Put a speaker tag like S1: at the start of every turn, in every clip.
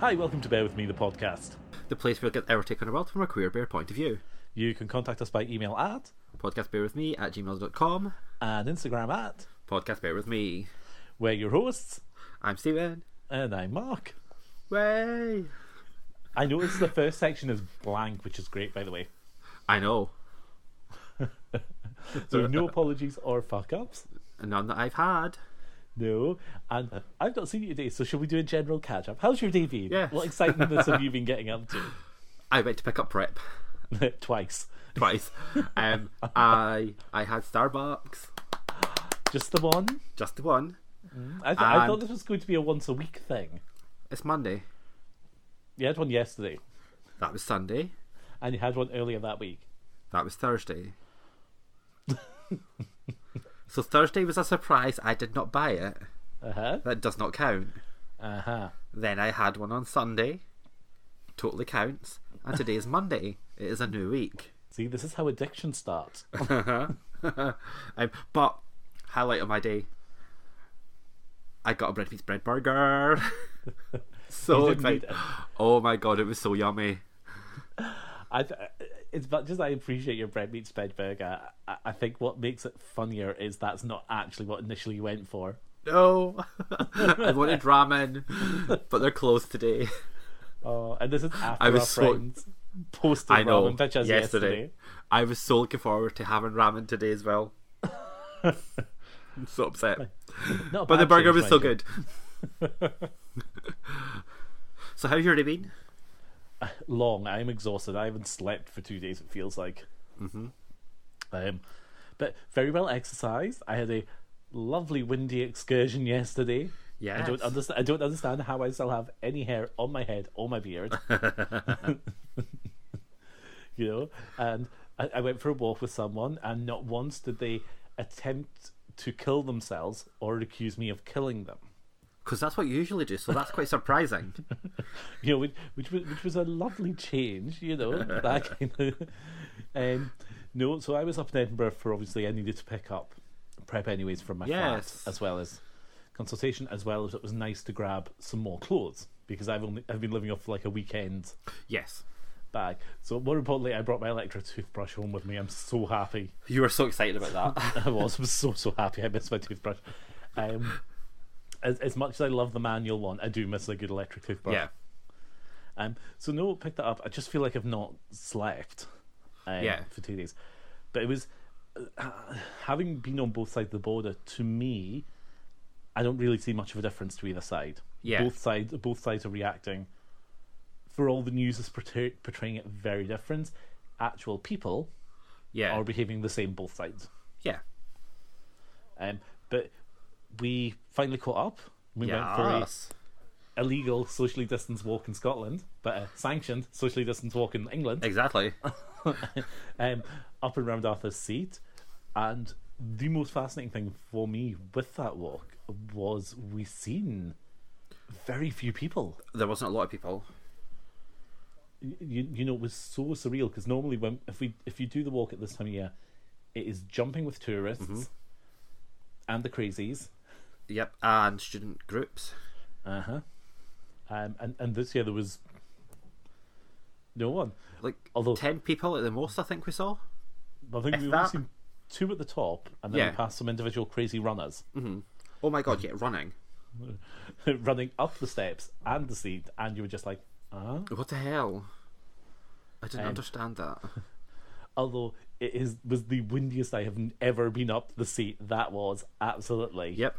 S1: Hi, welcome to Bear With Me, the podcast.
S2: the place where we get our take on the world from a queer bear point of view.
S1: You can contact us by email at
S2: Podcast bear with me at gmail.com.
S1: and Instagram at.
S2: Podcast bear with me.
S1: We're your hosts,
S2: I'm Steven.
S1: and I'm Mark.
S2: Way.
S1: I noticed the first section is blank, which is great, by the way.
S2: I know.
S1: So, no apologies or fuck ups.
S2: None that I've had.
S1: No. And I've not seen you today, so shall we do a general catch up? How's your day been?
S2: Yes.
S1: What excitedness have you been getting up
S2: I went to pick up prep
S1: to? Twice.
S2: twice. um, I I had Starbucks,
S1: Just the one?
S2: just the one.
S1: I, th- I thought
S2: And-
S1: this was going to be a once a week thing.
S2: It's Monday.
S1: You had one yesterday,
S2: That was Sunday.
S1: and you had one earlier that week.
S2: That was Thursday. so Thursday was a surprise. I did not buy it.
S1: Uh huh.
S2: That does not count.
S1: Uh huh.
S2: Then I had one on Sunday. Totally counts. And today is Monday. It is a new week.
S1: See, this is how addiction starts.
S2: Um, but highlight of my day. I got a bread piece bread burger. so
S1: You didn't need
S2: excited!
S1: it.
S2: Oh my god, it was so yummy.
S1: I th- it's much as I appreciate your bread meets bed burger. I, I think what makes it funnier is that's not actually what initially you went for.
S2: No, I wanted ramen, but they're closed today.
S1: Oh, and this is after
S2: I was
S1: our
S2: so-
S1: friends posted
S2: I know.
S1: ramen pictures yesterday.
S2: I was so looking forward to having ramen today as well. I'm so upset.
S1: Not a
S2: But the
S1: bad
S2: burger
S1: change,
S2: was so
S1: mind you.
S2: good. so how's your day been?
S1: Long. I'm exhausted. I haven't slept for two days. It feels like. Mm-hmm. Um, but very well exercised. I had a lovely windy excursion yesterday. I
S2: Yes.
S1: don't understand. I don't understand how I still have any hair on my head or my beard. you know, and I, I went for a walk with someone, and not once did they attempt to kill themselves or accuse me of killing them.
S2: Because that's what you usually do, so that's quite surprising.
S1: You know, which which was, which was a lovely change. You know, that kind of. Um, no, so I was up in Edinburgh for obviously I needed to pick up prep anyways from my
S2: Yes.
S1: flat as well as consultation as well as it was nice to grab some more clothes because I've only I've been living off like a weekend
S2: yes.
S1: bag. So more importantly, I brought my electric toothbrush home with me. I'm so happy.
S2: You were so excited about that.
S1: I was, I was so so happy. I missed my toothbrush. Um, as as much as I love the manual one, I do miss a good electric toothbrush.
S2: yeah.
S1: Um. So no, pick that up. I just feel like I've not slept. Um,
S2: Yeah.
S1: For two days, but it was uh, having been on both sides of the border. To me, I don't really see much of a difference to either side.
S2: Yeah.
S1: Both sides. Both sides are reacting. For all the news is portray- portraying it very different, actual people
S2: Yeah.
S1: are behaving the same both sides.
S2: yeah.
S1: Um, but we finally caught up. We went for a
S2: Yes.
S1: illegal socially distanced walk in Scotland, but a sanctioned socially distanced walk in England,
S2: Exactly.
S1: um, up and round Arthur's Seat. And the most fascinating thing for me with that walk was we seen very few people.
S2: There wasn't a lot of people.
S1: Y- You, you know, it was so surreal because normally when if we if you do the walk at this time of year, it is jumping with tourists
S2: Mm-hmm.
S1: and the crazies.
S2: Yep. And student groups.
S1: Uh
S2: Uh-huh.
S1: huh. Um, and and this year there was no one.
S2: Like
S1: Although-
S2: 10 people at the most, I think we saw.
S1: I think
S2: If
S1: we've only
S2: that-
S1: seen two at the top, and then
S2: Yeah.
S1: we passed some individual crazy runners
S2: Oh my god, yeah, running.
S1: running up the steps and the seat, and you were just like, ah.
S2: What the hell? I didn't
S1: Um,
S2: understand that.
S1: Although it is was the windiest I have n- ever been up the seat. That was absolutely
S2: Yep.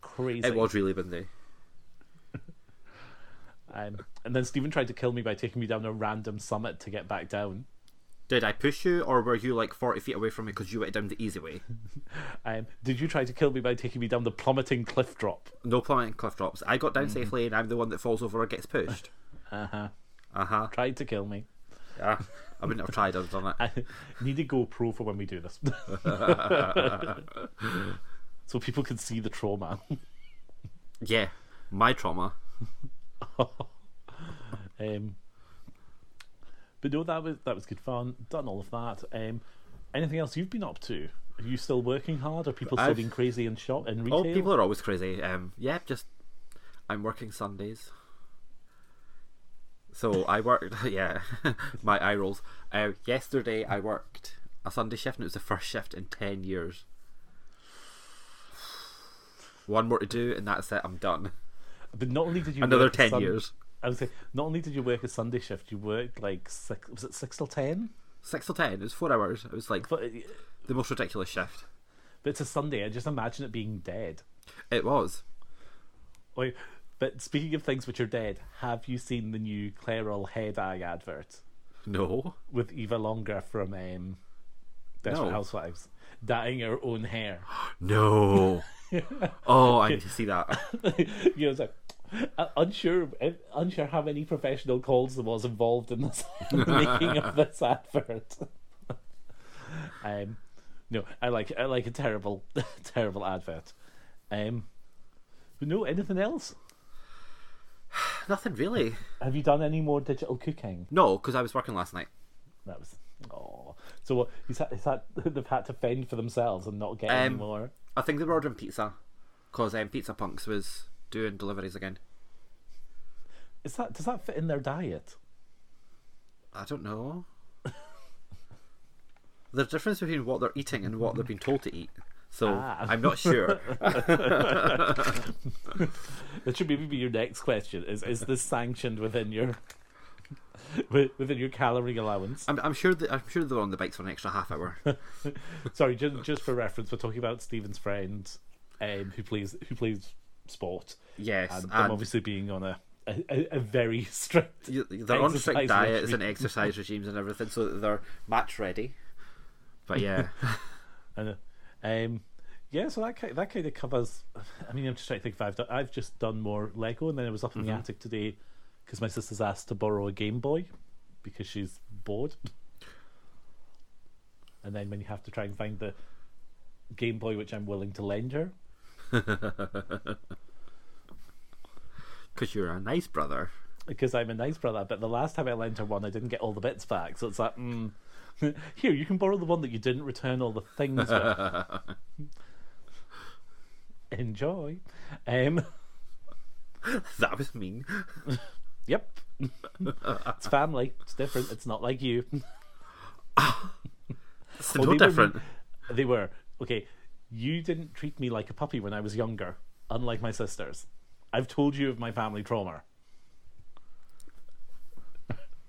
S1: crazy.
S2: It was really windy.
S1: Um, and then Stephen tried to kill me by taking me down a random summit to get back down.
S2: Did I push you, or were you like 40 feet away from me because you went down the easy way?
S1: Um, did you try to kill me by taking me down the plummeting cliff drop?
S2: No plummeting cliff drops. I got down safely, and I'm the one that falls over or gets pushed.
S1: Uh huh.
S2: Uh huh.
S1: Tried to kill me.
S2: Yeah. I wouldn't have tried. I've done it.
S1: I need a GoPro for when we do this. so people can see the trauma.
S2: Yeah. My trauma.
S1: Um, but no, that was that was good fun. Done all of that. Um, anything else you've been up to? Are you still working hard? Are people still
S2: I've-
S1: being crazy in shop in retail?
S2: Oh, people are always crazy. Um, yeah, just I'm working Sundays. So I worked, yeah, my eye rolls. Uh, yesterday I worked a Sunday shift and it was the first shift in 10 years. One more to do and that's it, I'm done.
S1: But not only did you
S2: Another
S1: work
S2: 10
S1: Sun-
S2: years.
S1: I would say not only did you work a Sunday shift, you worked like six. Was it six till ten?
S2: 6 till 10, it was 4 hours. It was like
S1: But,
S2: the most ridiculous shift.
S1: but it's a Sunday. I just imagine it being dead.
S2: It was.
S1: Like, but speaking of things which are dead, have you seen the new Clairol Head Eye advert
S2: No.
S1: with Eva Longa from um, Desperate
S2: No.
S1: Housewives dyeing her own hair?
S2: No. oh, I need to see that.
S1: you know, it's like uh, unsure, uh, unsure how many professional calls there was involved in this in the making of this advert. um, no, I like I like a terrible, terrible advert. Um, but no, anything else?
S2: Nothing really.
S1: Have you done any more digital cooking?
S2: No, because I was working last night.
S1: That was oh, so what? He's had, he's had, they've had to fend for themselves and not get any
S2: Um,
S1: more.
S2: I think they were ordering pizza because um, Pizza Punks was doing deliveries again.
S1: Is that does that fit in their diet?
S2: I don't know. There's difference between what they're eating and what they've been told to eat. So
S1: Ah.
S2: I'm not sure.
S1: That should maybe be your next question: Is is this sanctioned within your wi- within your calorie allowance?
S2: I'm, I'm sure that I'm sure they're on the bikes for an extra half hour.
S1: Sorry, just just for reference, we're talking about Stephen's friend, um, who plays who plays sport,
S2: Yes,
S1: and,
S2: and,
S1: them obviously being on a a, a- a very strict.
S2: you- they're on
S1: exercise
S2: strict diets
S1: regime.
S2: and exercise regimes and everything, so that they're match ready. But yeah,
S1: And, um, yeah, so that kind, that kind of covers. I mean, I'm just trying to think if I've done. I've just done more Lego, and then I was up in the attic today because my sister's asked to borrow a Game Boy because she's bored. And then when you have to try and find the Game Boy which I'm willing to lend her,
S2: because you're a nice brother.
S1: because I'm a nice brother. But the last time I lent her one, I didn't get all the bits back. So it's like, mm, here, you can borrow the one that you didn't return all the things with. Enjoy. Um,
S2: That was mean.
S1: yep. it's family. It's different. It's not like you.
S2: It's
S1: Well, they
S2: no
S1: were-
S2: different.
S1: They were. Okay, you didn't treat me like a puppy when I was younger, unlike my sisters. I've told you of my family trauma.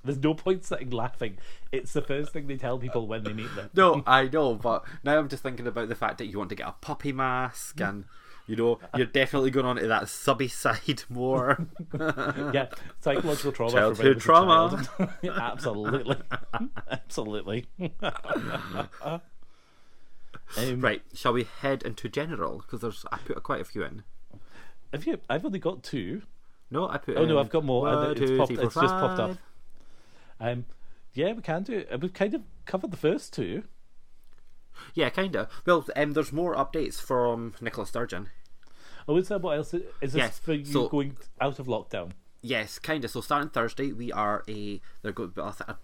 S1: There's no point sitting laughing. It's the first thing they tell people when they meet them.
S2: No, I know, but now I'm just thinking about the fact that you want to get a puppy mask and. You know, you're definitely going on to that subby side more.
S1: Yeah, psychological trauma. for
S2: Childhood
S1: when I was a
S2: trauma.
S1: child. Yeah, Absolutely. Absolutely. Um,
S2: right, shall we head into general? Because there's, I put quite a few in.
S1: Have you? I've only got two.
S2: No, I put.
S1: Oh no,
S2: in
S1: I've got more.
S2: one,
S1: Uh, it's
S2: two,
S1: popped,
S2: three, four,
S1: it's just popped up.
S2: five.
S1: Um, yeah, we can do. it. We've kind of covered the first two.
S2: Yeah, kind of. Well, um, there's more updates from Nicola Sturgeon.
S1: Oh, is that what else? Is this
S2: Yes,
S1: for you
S2: so-
S1: going out of lockdown?
S2: Yes, kind of. So starting Thursday, we are a. They're going. but I th-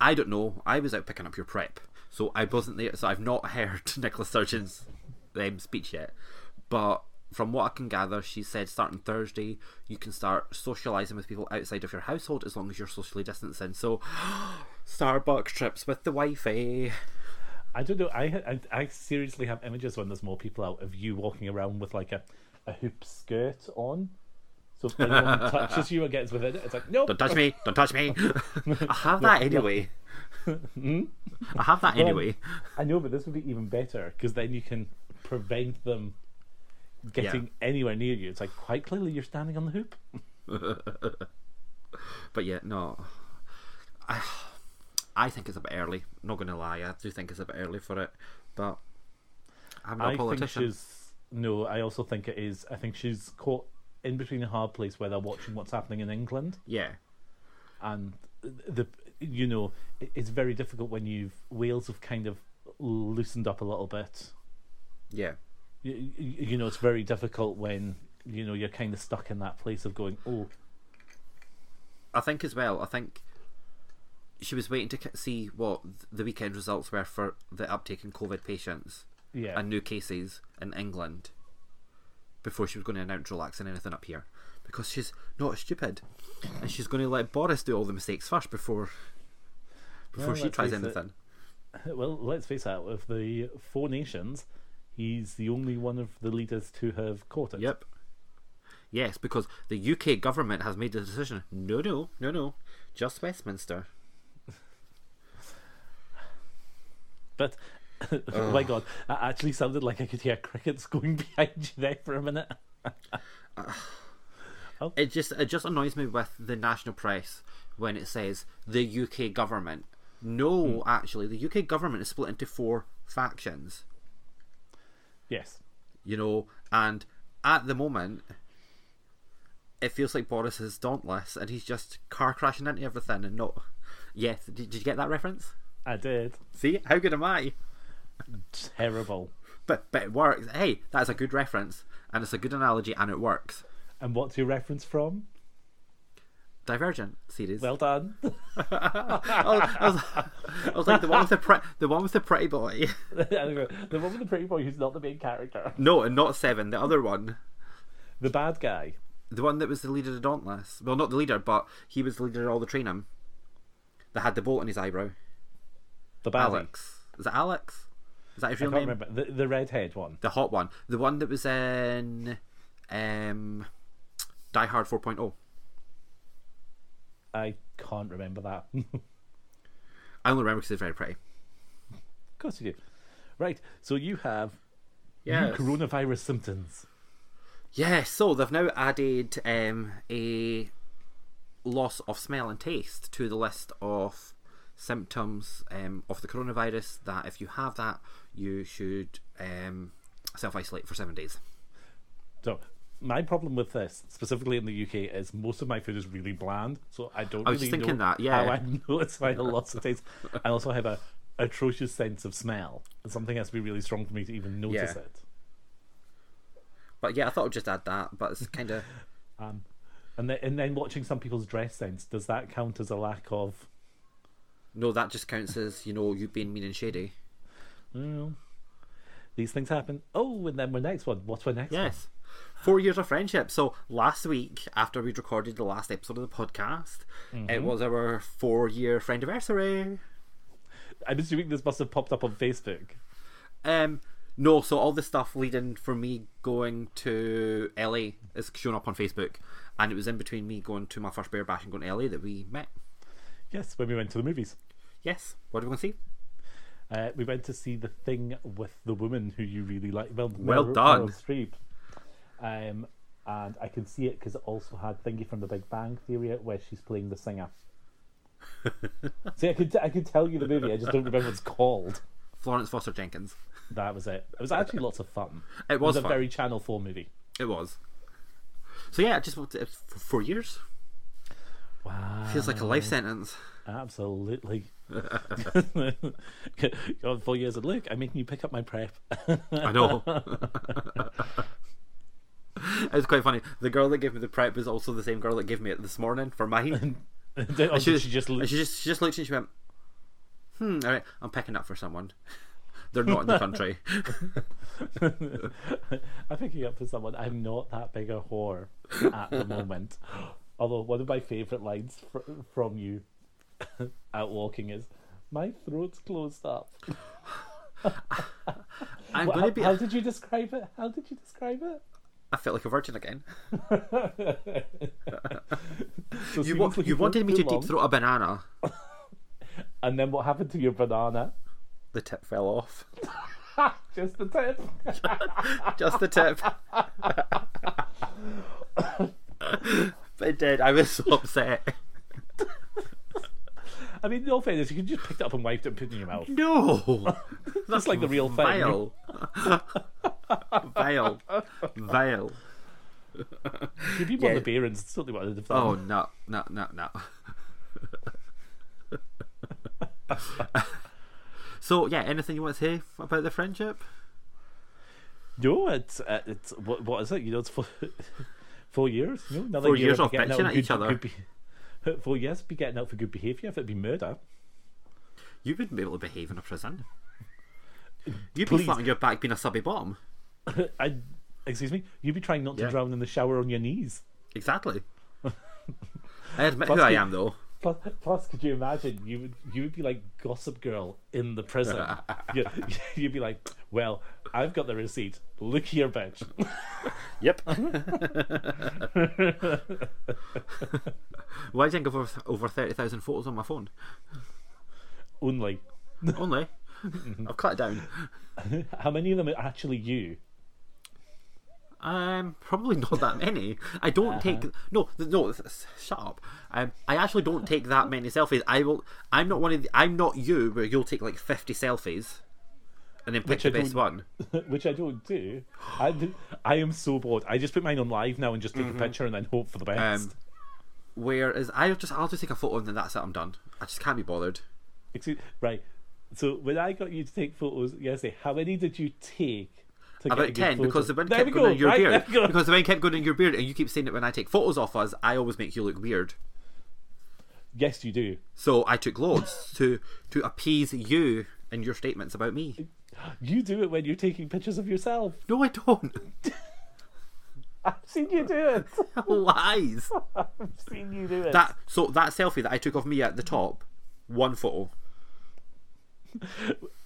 S2: I don't know. I was out picking up your prep, so I wasn't there. So I've not heard Nicola Sturgeon's um, speech yet. But from what I can gather, she said starting Thursday, you can start socialising with people outside of your household as long as you're socially distancing. So, Starbucks trips with the eh? wifey.
S1: I don't know. I, ha- I I seriously have images when there's more people out of you walking around with like a, a hoop skirt on. So if anyone touches you or gets within it, it's like no.
S2: Don't touch me! Don't touch me! I have that anyway. I have that anyway.
S1: I know, but this would be even better because then you can prevent them getting anywhere near you. It's like quite clearly you're standing on the hoop.
S2: But yeah, no. I, I think it's a bit early. Not going to lie, I do think it's a bit early for it. But I'm not a
S1: I think
S2: politician.
S1: she's no. I also think it is. I think she's caught in between a hard place where they're watching what's happening in England.
S2: Yeah,
S1: and the you know it- it's very difficult when you've Wales have kind of loosened up a little bit.
S2: yeah.
S1: You, you know, it's very difficult when you know you're kind of stuck in that place of going, oh,
S2: I think as well, I think she was waiting to k- see what the weekend results were for the uptake in COVID patients
S1: yeah,
S2: and new cases in England before she was going to announce relaxing anything up here. because she's not stupid, and she's going to let Boris do all the mistakes first before before
S1: Well,
S2: she
S1: let's
S2: tries
S1: face it.
S2: anything.
S1: Well, let's face it, of the four nations, he's the only one of the leaders to have caught it.
S2: Yep. Yes, because the UK government has made the decision. No, no, no, no, just Westminster.
S1: But oh my god, that actually sounded like I could hear crickets going behind you there for a minute.
S2: It just it just annoys me with the national press when it says the UK government. No, actually, the UK government is split into four factions.
S1: Yes.
S2: you know, and at the moment, it feels like Boris is dauntless and he's just car crashing into everything and not. Yes, did, did you get that reference?
S1: I did.
S2: See, how good am I?
S1: Terrible.
S2: But but it works. Hey, that's a good reference and it's a good analogy and it works.
S1: And what's your reference from?
S2: Divergent series.
S1: Well done.
S2: I was, I was like the one with the pre- the one with the pretty boy.
S1: the one with the pretty boy who's not the main character.
S2: No, and not seven. The other one,
S1: The bad guy.
S2: the one that was the leader of Dauntless. Well, not the leader, but he was the leader of all the training. That had the bolt on his eyebrow.
S1: The bad
S2: Alex. Is it Alex? Is that his
S1: I
S2: real
S1: can't
S2: name?
S1: remember. The, the redhead one.
S2: The hot one. The one that was in um, Die Hard oh. 4.0.
S1: I can't remember that. of
S2: I only remember because he's very pretty.
S1: course you do. Right, so you have
S2: Yeah.
S1: coronavirus symptoms.
S2: Yeah, so they've now added um, a loss of smell and taste to the list of symptoms um, of the coronavirus that if you have that, you should um, self isolate for seven days.
S1: So my problem with this, specifically in the UK, is most of my food is really bland, so I don't
S2: I was
S1: really
S2: just thinking
S1: know
S2: that, yeah.
S1: how I notice my lots of taste. I also have a atrocious sense of smell. And something has to be really strong for me to even notice
S2: Yeah.
S1: it.
S2: But yeah, I thought I'd just add that, but it's kind of.
S1: Um, and then and then watching some people's dress sense, does that count as a lack of
S2: No, that just counts as, you know, you being mean and shady.
S1: well, these things happen. Oh, and then we're next one. What's our next one?
S2: Yes. Four years of friendship. So last week, after we recorded the last episode of the podcast, it was our four year friend anniversary.
S1: I'm assuming this must have popped up on Facebook.
S2: Um, no, so all the stuff leading from me going to LA is shown up on Facebook, and it was in between me going to my first bear bash and going to LA that we met.
S1: Yes, when we went to the movies.
S2: Yes. What are we going to see?
S1: Uh, we went to see the thing with the woman who you really like. Well,
S2: Well
S1: Meryl-
S2: done.
S1: Meryl Streep. Um, and I can see it because it also had Thingy from The Big Bang Theory where she's playing the singer. see, I could I could tell you the movie. I just don't remember what it's called.
S2: Florence Foster Jenkins.
S1: That was it. It was actually lots of fun.
S2: It was
S1: a
S2: fun.
S1: very Channel Four movie.
S2: It was. So yeah, I just want to- it's f- four years
S1: Wow.
S2: feels like a life sentence.
S1: Absolutely. Got four years of look. I'm making you pick up my prep.
S2: I know. it was quite funny. The girl that gave me the prep was also the same girl that gave me it this morning for mine.
S1: Or did she just
S2: she just she just looked and she went, "Hmm, all right, I'm picking up for someone. They're not in the country."
S1: I'm picking up for someone. I'm not that big a whore at the moment. Although one of my favourite lines fr- from you out walking is, "My throat's closed up."
S2: I'm
S1: Well,
S2: gonna
S1: how,
S2: be.
S1: how did you describe it? How did you describe it?
S2: I felt like a virgin again.
S1: So
S2: You
S1: Stephen's
S2: wa-
S1: looking
S2: you
S1: for
S2: wanted me
S1: too
S2: to
S1: long,
S2: deep throat a banana.
S1: and then what happened to your banana?
S2: The tip fell off.
S1: Just the tip.
S2: Just the tip. but it did. I was so upset.
S1: I mean, in all fairness, you could just pick it up and wiped it and put it in your mouth.
S2: No.
S1: That's like the real thing.
S2: Vile. Vile. Vile.
S1: Your people on
S2: Yeah.
S1: the beer and certainly what they've done.
S2: Oh, no, no, no, no. so, yeah, anything you want to say about the friendship?
S1: No, it's uh, it's what what is it? You know, it's four, four years. No, another
S2: Four
S1: year
S2: years
S1: of
S2: of
S1: getting out
S2: bitching
S1: for
S2: at
S1: good,
S2: each other.
S1: Good be- four years be getting out for good behaviour. If it'd be murder,
S2: You wouldn't be able to behave in a prison. You'd be
S1: Please.
S2: flat on your back being a subby bomb.
S1: I excuse me. You'd be trying not to
S2: Yeah.
S1: drown in the shower on your knees.
S2: Exactly. I admit
S1: Plus
S2: who I
S1: you-
S2: am, though.
S1: Plus, plus, could you imagine? You would you would be like Gossip Girl in the prison. you, you'd be like, "Well, I've got the receipt. Look here, bitch."
S2: Yep. Why do you think I've over, over 30,000 photos on my phone?
S1: Only
S2: Only. I've cut it down.
S1: how many of them are actually you?
S2: Um, probably not that many. I don't
S1: Uh-huh.
S2: take no, th- no. th- s- Shut up. Um, I actually don't take that many selfies. I will. I'm not one of. The, I'm not you, where you'll take like fifty selfies, and then pick
S1: Which
S2: the
S1: I
S2: best
S1: don't-
S2: one.
S1: Which I don't do. I, do- I am so bored. I just put mine on live now and just take a picture and then hope for the best.
S2: Mm-hmm. Um, whereas I just, I'll just take a photo and then that's it. I'm done. I just can't be bothered.
S1: Excuse, right. So when I got you to take photos yesterday, how many did you take? To get a
S2: About
S1: good
S2: ten
S1: photo?
S2: because the wind
S1: There
S2: kept
S1: we
S2: going
S1: go,
S2: in your
S1: right, there
S2: beard.
S1: we go.
S2: Because the wind kept going in your beard, and you keep saying that when I take photos of us, I always make you look weird.
S1: Yes, you do.
S2: So I took loads to to appease you and your statements about me.
S1: You do it when you're taking pictures of yourself.
S2: No, I don't.
S1: I've seen you do it.
S2: Lies.
S1: I've seen you do it.
S2: That so that selfie that I took of me at the top, one photo.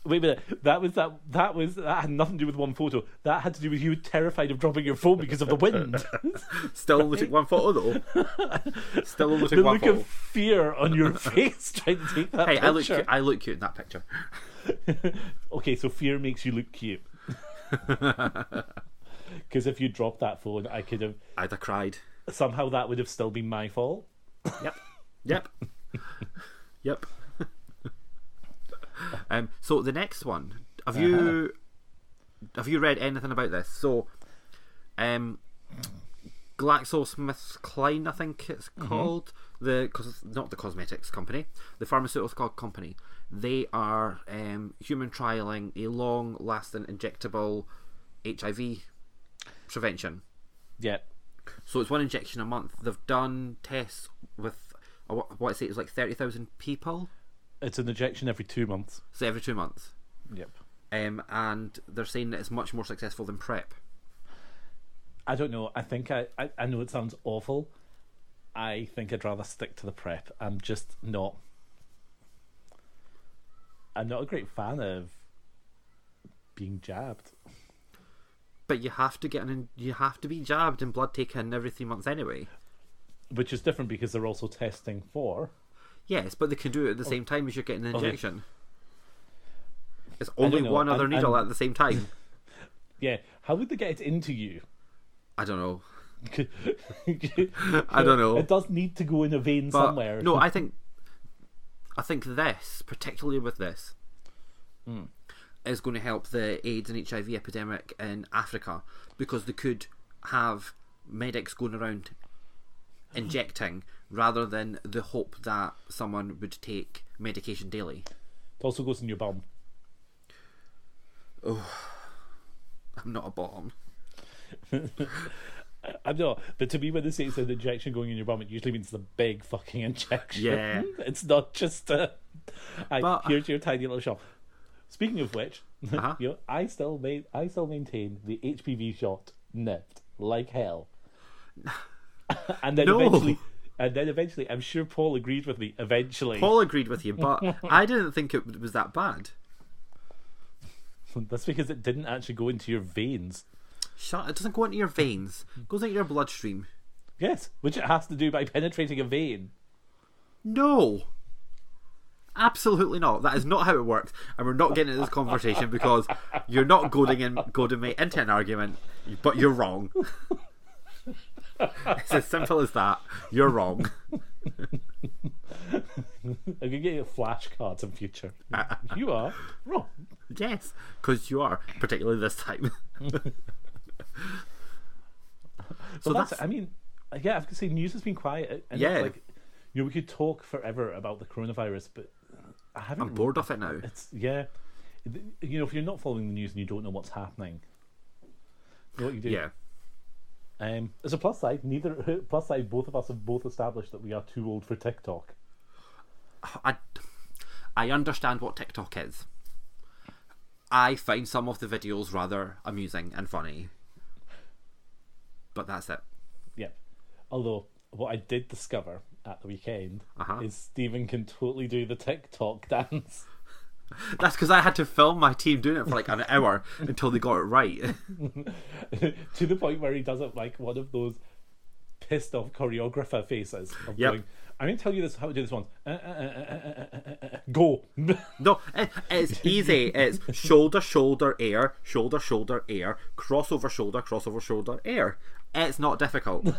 S1: Wait a minute. That was that. That was that had nothing to do with one photo. That had to do with you terrified of dropping your phone because of the wind.
S2: Still only took one photo though. Still only took
S1: the
S2: one
S1: look
S2: photo.
S1: of fear on your face trying to take that
S2: hey,
S1: picture.
S2: I look cute. I look cute in that picture.
S1: okay, so fear makes you look cute. Because if you dropped that phone, I could have
S2: I'd have cried.
S1: somehow that would have still been my fault.
S2: Yep. Yep. yep. um, so the next one. Have you have you read anything about this? So um GlaxoSmithKline, I think it's called the cos not the cosmetics company, the pharmaceutical company. They are um, human trialing a long-lasting injectable HIV prevention.
S1: Yeah.
S2: So it's one injection a month. They've done tests with uh, what what I say it was like thirty thousand people.
S1: It's an injection every two months.
S2: So every two months,
S1: Yep.
S2: um, and they're saying that it's much more successful than PrEP.
S1: I don't know. I think I, I, I know it sounds awful. I think I'd rather stick to the prep. I'm just not. I'm not a great fan of being jabbed.
S2: But you have to get an you have to be jabbed and blood taken every three months anyway.
S1: Which is different because they're also testing for.
S2: Yes, but they can do it at the same time as you're getting an
S1: Oh. Okay.
S2: injection. It's only
S1: don't know.
S2: one other
S1: I'm-
S2: needle
S1: I'm-
S2: at the same time.
S1: Yeah, how would they get it into you?
S2: I don't know.
S1: it
S2: I don't know.
S1: does need to go in a vein
S2: But,
S1: somewhere.
S2: No, I think I think this, particularly with this, is going to help the AIDS and HIV epidemic in Africa because they could have medics going around injecting rather than the hope that someone would take medication daily.
S1: It also goes in your bum.
S2: I'm not a bottom.
S1: I'm not, but to me, when they say it's an injection going in your bum, it usually means the big fucking injection.
S2: Yeah.
S1: it's not just a. I,
S2: But- uh,
S1: here's your tiny little shot. Speaking of which,
S2: Uh-huh.
S1: you know, I still main, I still maintain the HPV shot nipped like hell, and then
S2: No.
S1: eventually, and then eventually, I'm sure Paul agreed with me. Eventually,
S2: Paul agreed with you, but I didn't think it was that bad.
S1: that's because it didn't actually go into your veins.
S2: Shut! It doesn't go into your veins. It goes into your bloodstream.
S1: Yes, which it has to do by penetrating a vein.
S2: No. Absolutely not. That is not how it works, and we're not getting into this conversation because you're not goading in goading me into an argument, but you're wrong. it's as simple as that. You're wrong.
S1: I could get you flashcards in future. you are wrong.
S2: Yes, because you are, particularly this time. so
S1: Well, that's,
S2: that's,
S1: I mean, yeah, I could say news has been quiet. And
S2: Yeah.
S1: it's like, you know, we could talk forever about the coronavirus, but I haven't.
S2: I'm bored of it now.
S1: It's yeah, Th- you know, if you're not following the news and you don't know what's happening, you know what you do.
S2: Yeah,
S1: Um, as a plus side, neither plus side, both of us have both established that we are too old for TikTok.
S2: I I understand what TikTok is. I find some of the videos rather amusing and funny, but that's it.
S1: Yep. Although what I did discover at the weekend
S2: Uh-huh.
S1: is Stephen can totally do the TikTok dance.
S2: That's because I had to film my team doing it for like an hour until they got it right.
S1: to the point where he does it like one of those pissed off choreographer faces. Of
S2: Yep.
S1: going, I'm going to tell you this how to do this one. Uh, uh, uh, uh, uh, uh, uh, go.
S2: No, it, it's easy. It's shoulder, shoulder, air, shoulder, shoulder, air, crossover, shoulder, crossover, shoulder, air. It's not difficult.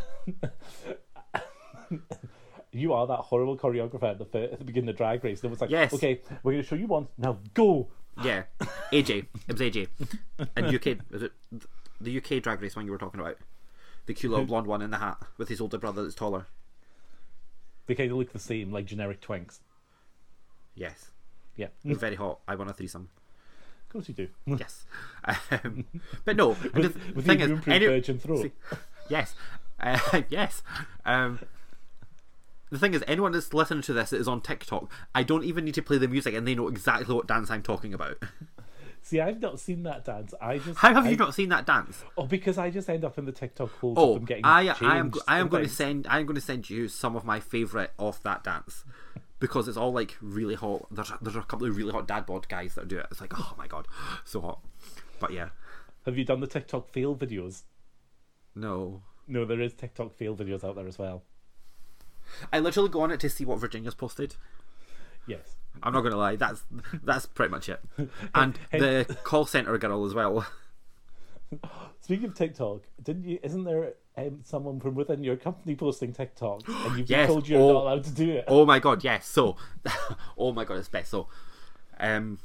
S1: you are that horrible choreographer at the, fir- at the beginning of Drag Race. And it was like,
S2: Yes.
S1: okay, we're going to show you one. Now go.
S2: Yeah, AJ. It was AJ. And UK was it the UK drag race one you were talking about? The cute little blonde one in the hat with his older brother that's taller.
S1: They kind of look the same, like generic twinks.
S2: Yes,
S1: Yeah.
S2: very hot. I want a threesome.
S1: Of course you do.
S2: Yes, um, but no. and
S1: With,
S2: the
S1: with
S2: thing
S1: your
S2: is,
S1: room-proof
S2: any-
S1: virgin throat.
S2: See- yes, uh, yes. Um, the thing is, anyone that's listening to this that is on TikTok, I don't even need to play the music, and they know exactly what dance I'm talking about.
S1: See, I've not seen that dance. I just
S2: How have
S1: I-
S2: you not seen that dance?
S1: Oh, because I just end up in the TikTok holes of
S2: Oh,
S1: them getting
S2: I, I am,
S1: changed
S2: I am
S1: and
S2: going to
S1: things.
S2: send, I am going to send you some of my favorite off that dance, because it's all like really hot. There's, there's a couple of really hot dad bod guys that do it. It's like, oh my god, so hot. But yeah,
S1: Have you done the TikTok fail videos?
S2: no.
S1: No, there is TikTok fail videos out there as well.
S2: I literally go on it to see what Virginia's posted.
S1: Yes.
S2: I'm not gonna lie, that's that's pretty much it. And the call center girl as well.
S1: Speaking of TikTok, didn't you? Isn't there um, someone from within your company posting TikTok, and you've been
S2: Yes,
S1: told you're
S2: oh.
S1: not allowed to do it?
S2: Oh my god, yes. So, oh my god, it's best. So, um,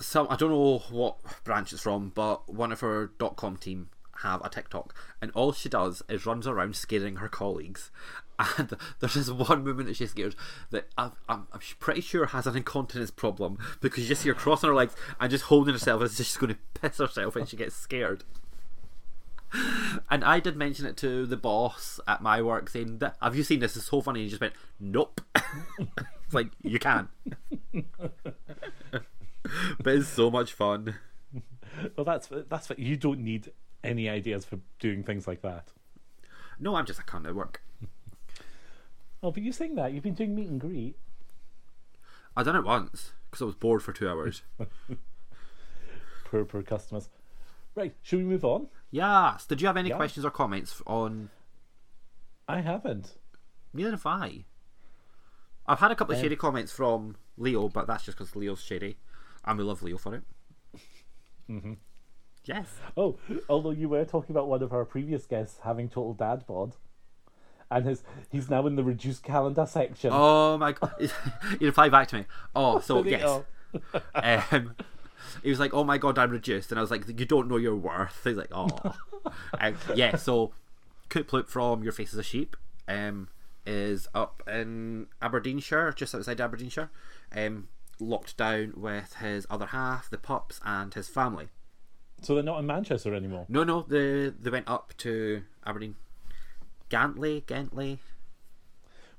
S2: some I don't know what branch it's from, but one of her dot com team have a TikTok, and all she does is runs around scaring her colleagues. And there's this one woman that she scares that I've, I'm, I'm pretty sure has an incontinence problem because you just see her crossing her legs and just holding herself as if she's going to piss herself when she gets scared. And I did mention it to the boss at my work, saying, that, "Have you seen this? It's so funny." And he just went, "Nope." it's like you can, but it's so much fun.
S1: Well, that's that's what you don't need any ideas for doing things like that.
S2: No, I'm just a cunt at work.
S1: Oh, but you're saying that you've been doing meet and greet.
S2: I done it once because I was bored for two hours.
S1: Poor, poor customers. Right, should we move on?
S2: yes. Did you have any
S1: Yeah.
S2: questions or comments on?
S1: I haven't.
S2: Neither have I. I've had a couple of shady comments from Leo, but that's just because Leo's shady, and we love Leo for it. Yes.
S1: Oh, although you were talking about one of our previous guests having total dad bod, and his he's now in the reduced calendar section.
S2: Oh my god! he replied back to me. Oh, so
S1: Did he?
S2: yes.
S1: Oh.
S2: um, he was like, "Oh my god, I'm reduced," and I was like, "You don't know your worth." He's like, "Oh, um, yeah." So, Coop Loop from Your Face is a Sheep um, is up in Aberdeenshire, just outside Aberdeenshire, um, locked down with his other half, the pups, and his family.
S1: So they're not in Manchester anymore.
S2: No, no, they they went up to Aberdeen, Gantley, Gentley.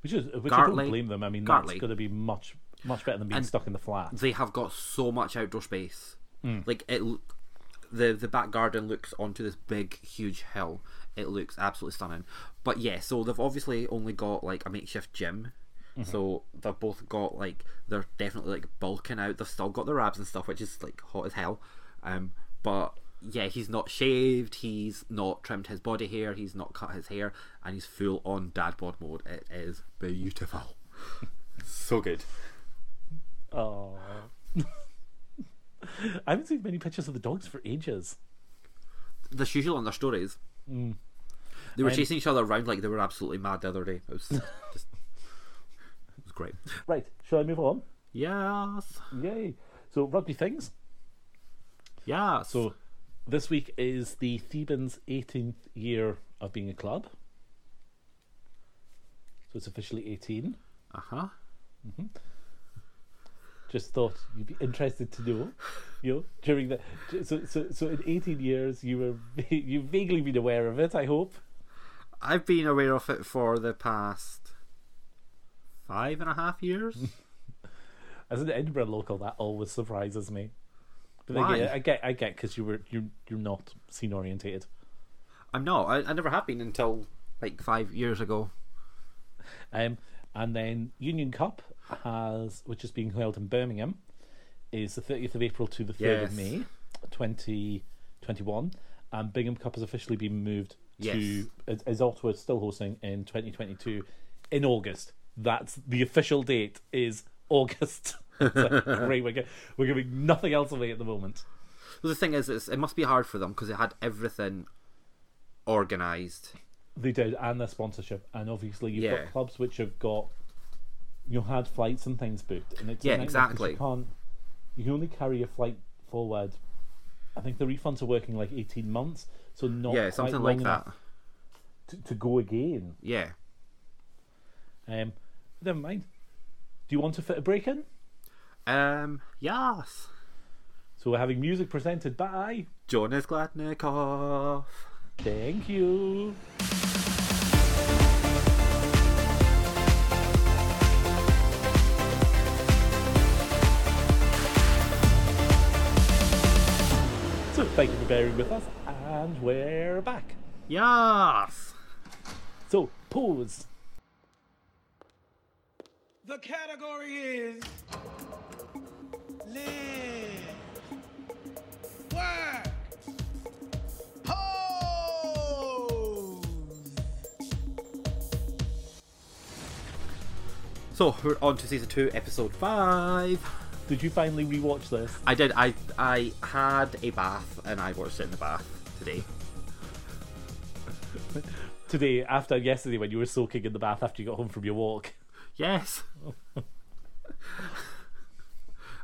S1: Which is which I
S2: Gartley.
S1: don't blame them. I mean,
S2: Gartley.
S1: that's going to be much much better than being stuck in the flat.
S2: they have got so much outdoor space. Like it, l- the the back garden looks onto this big, huge hill. It looks absolutely stunning. But yeah, so they've obviously only got like a makeshift gym. So they've both got like they're definitely like bulking out. They've still got their abs and stuff, which is like hot as hell. Um, but yeah, he's not shaved. He's not trimmed his body hair. He's not cut his hair, and he's full on dad bod mode. It is beautiful. so good.
S1: Oh. I haven't seen many pictures of the dogs for ages.
S2: that's usual on their stories.
S1: Mm.
S2: They were chasing each other around like they were absolutely mad the other day. It was just, it was great.
S1: Right, shall I move on?
S2: Yes,
S1: Yay. So, rugby things.
S2: yes.
S1: So, this week is the Thebans' 18th year of being a club. So, it's officially 18.
S2: uh huh.
S1: Just thought you'd be interested to know, you know, during the so so so in eighteen years you were you've vaguely been aware of it. I hope.
S2: I've been aware of it for the past five and a half years.
S1: Mm. As an Edinburgh local, that always surprises me. But
S2: Why?
S1: again, I get, I get, because you were you you're not scene orientated.
S2: I'm not. I, I never have been until like five years ago.
S1: Um, and then Union Cup has, which is being held in Birmingham, is the 30th of April to the 3rd of
S2: Yes.
S1: May, 2021, and Bingham Cup has officially been moved
S2: Yes.
S1: to as, as Ottawa is still hosting in 2022 in August. That's the official date is August. so, great, we're, gi- we're giving nothing else away at the moment.
S2: Well, the thing is, it's, it must be hard for them because they had everything organised.
S1: They did, and their sponsorship, and obviously you've
S2: Yeah.
S1: got clubs which have got you know, had flights and things booked, and it's
S2: Yeah,
S1: a nightmare 'cause
S2: exactly.
S1: You can't you can only carry your flight forward. I think the refunds are working like eighteen months, so not
S2: Yeah,
S1: quite
S2: something
S1: long
S2: like
S1: enough
S2: that.
S1: to, to go again.
S2: Yeah.
S1: Um, never mind. Do you want to fit a break in?
S2: Um. Yes.
S1: So we're having music presented by.
S2: Jonas Gladnikov.
S1: Thank you. So thank you for bearing with us, and we're back.
S2: Yes.
S1: So pause.
S3: The category is live, work, pose.
S2: So we're on to season two, episode five.
S1: Did you finally rewatch this?
S2: I did. I I had a bath and I watched it in the bath today.
S1: Today, after yesterday, when you were soaking in the bath after you got home from your walk.
S2: Yes.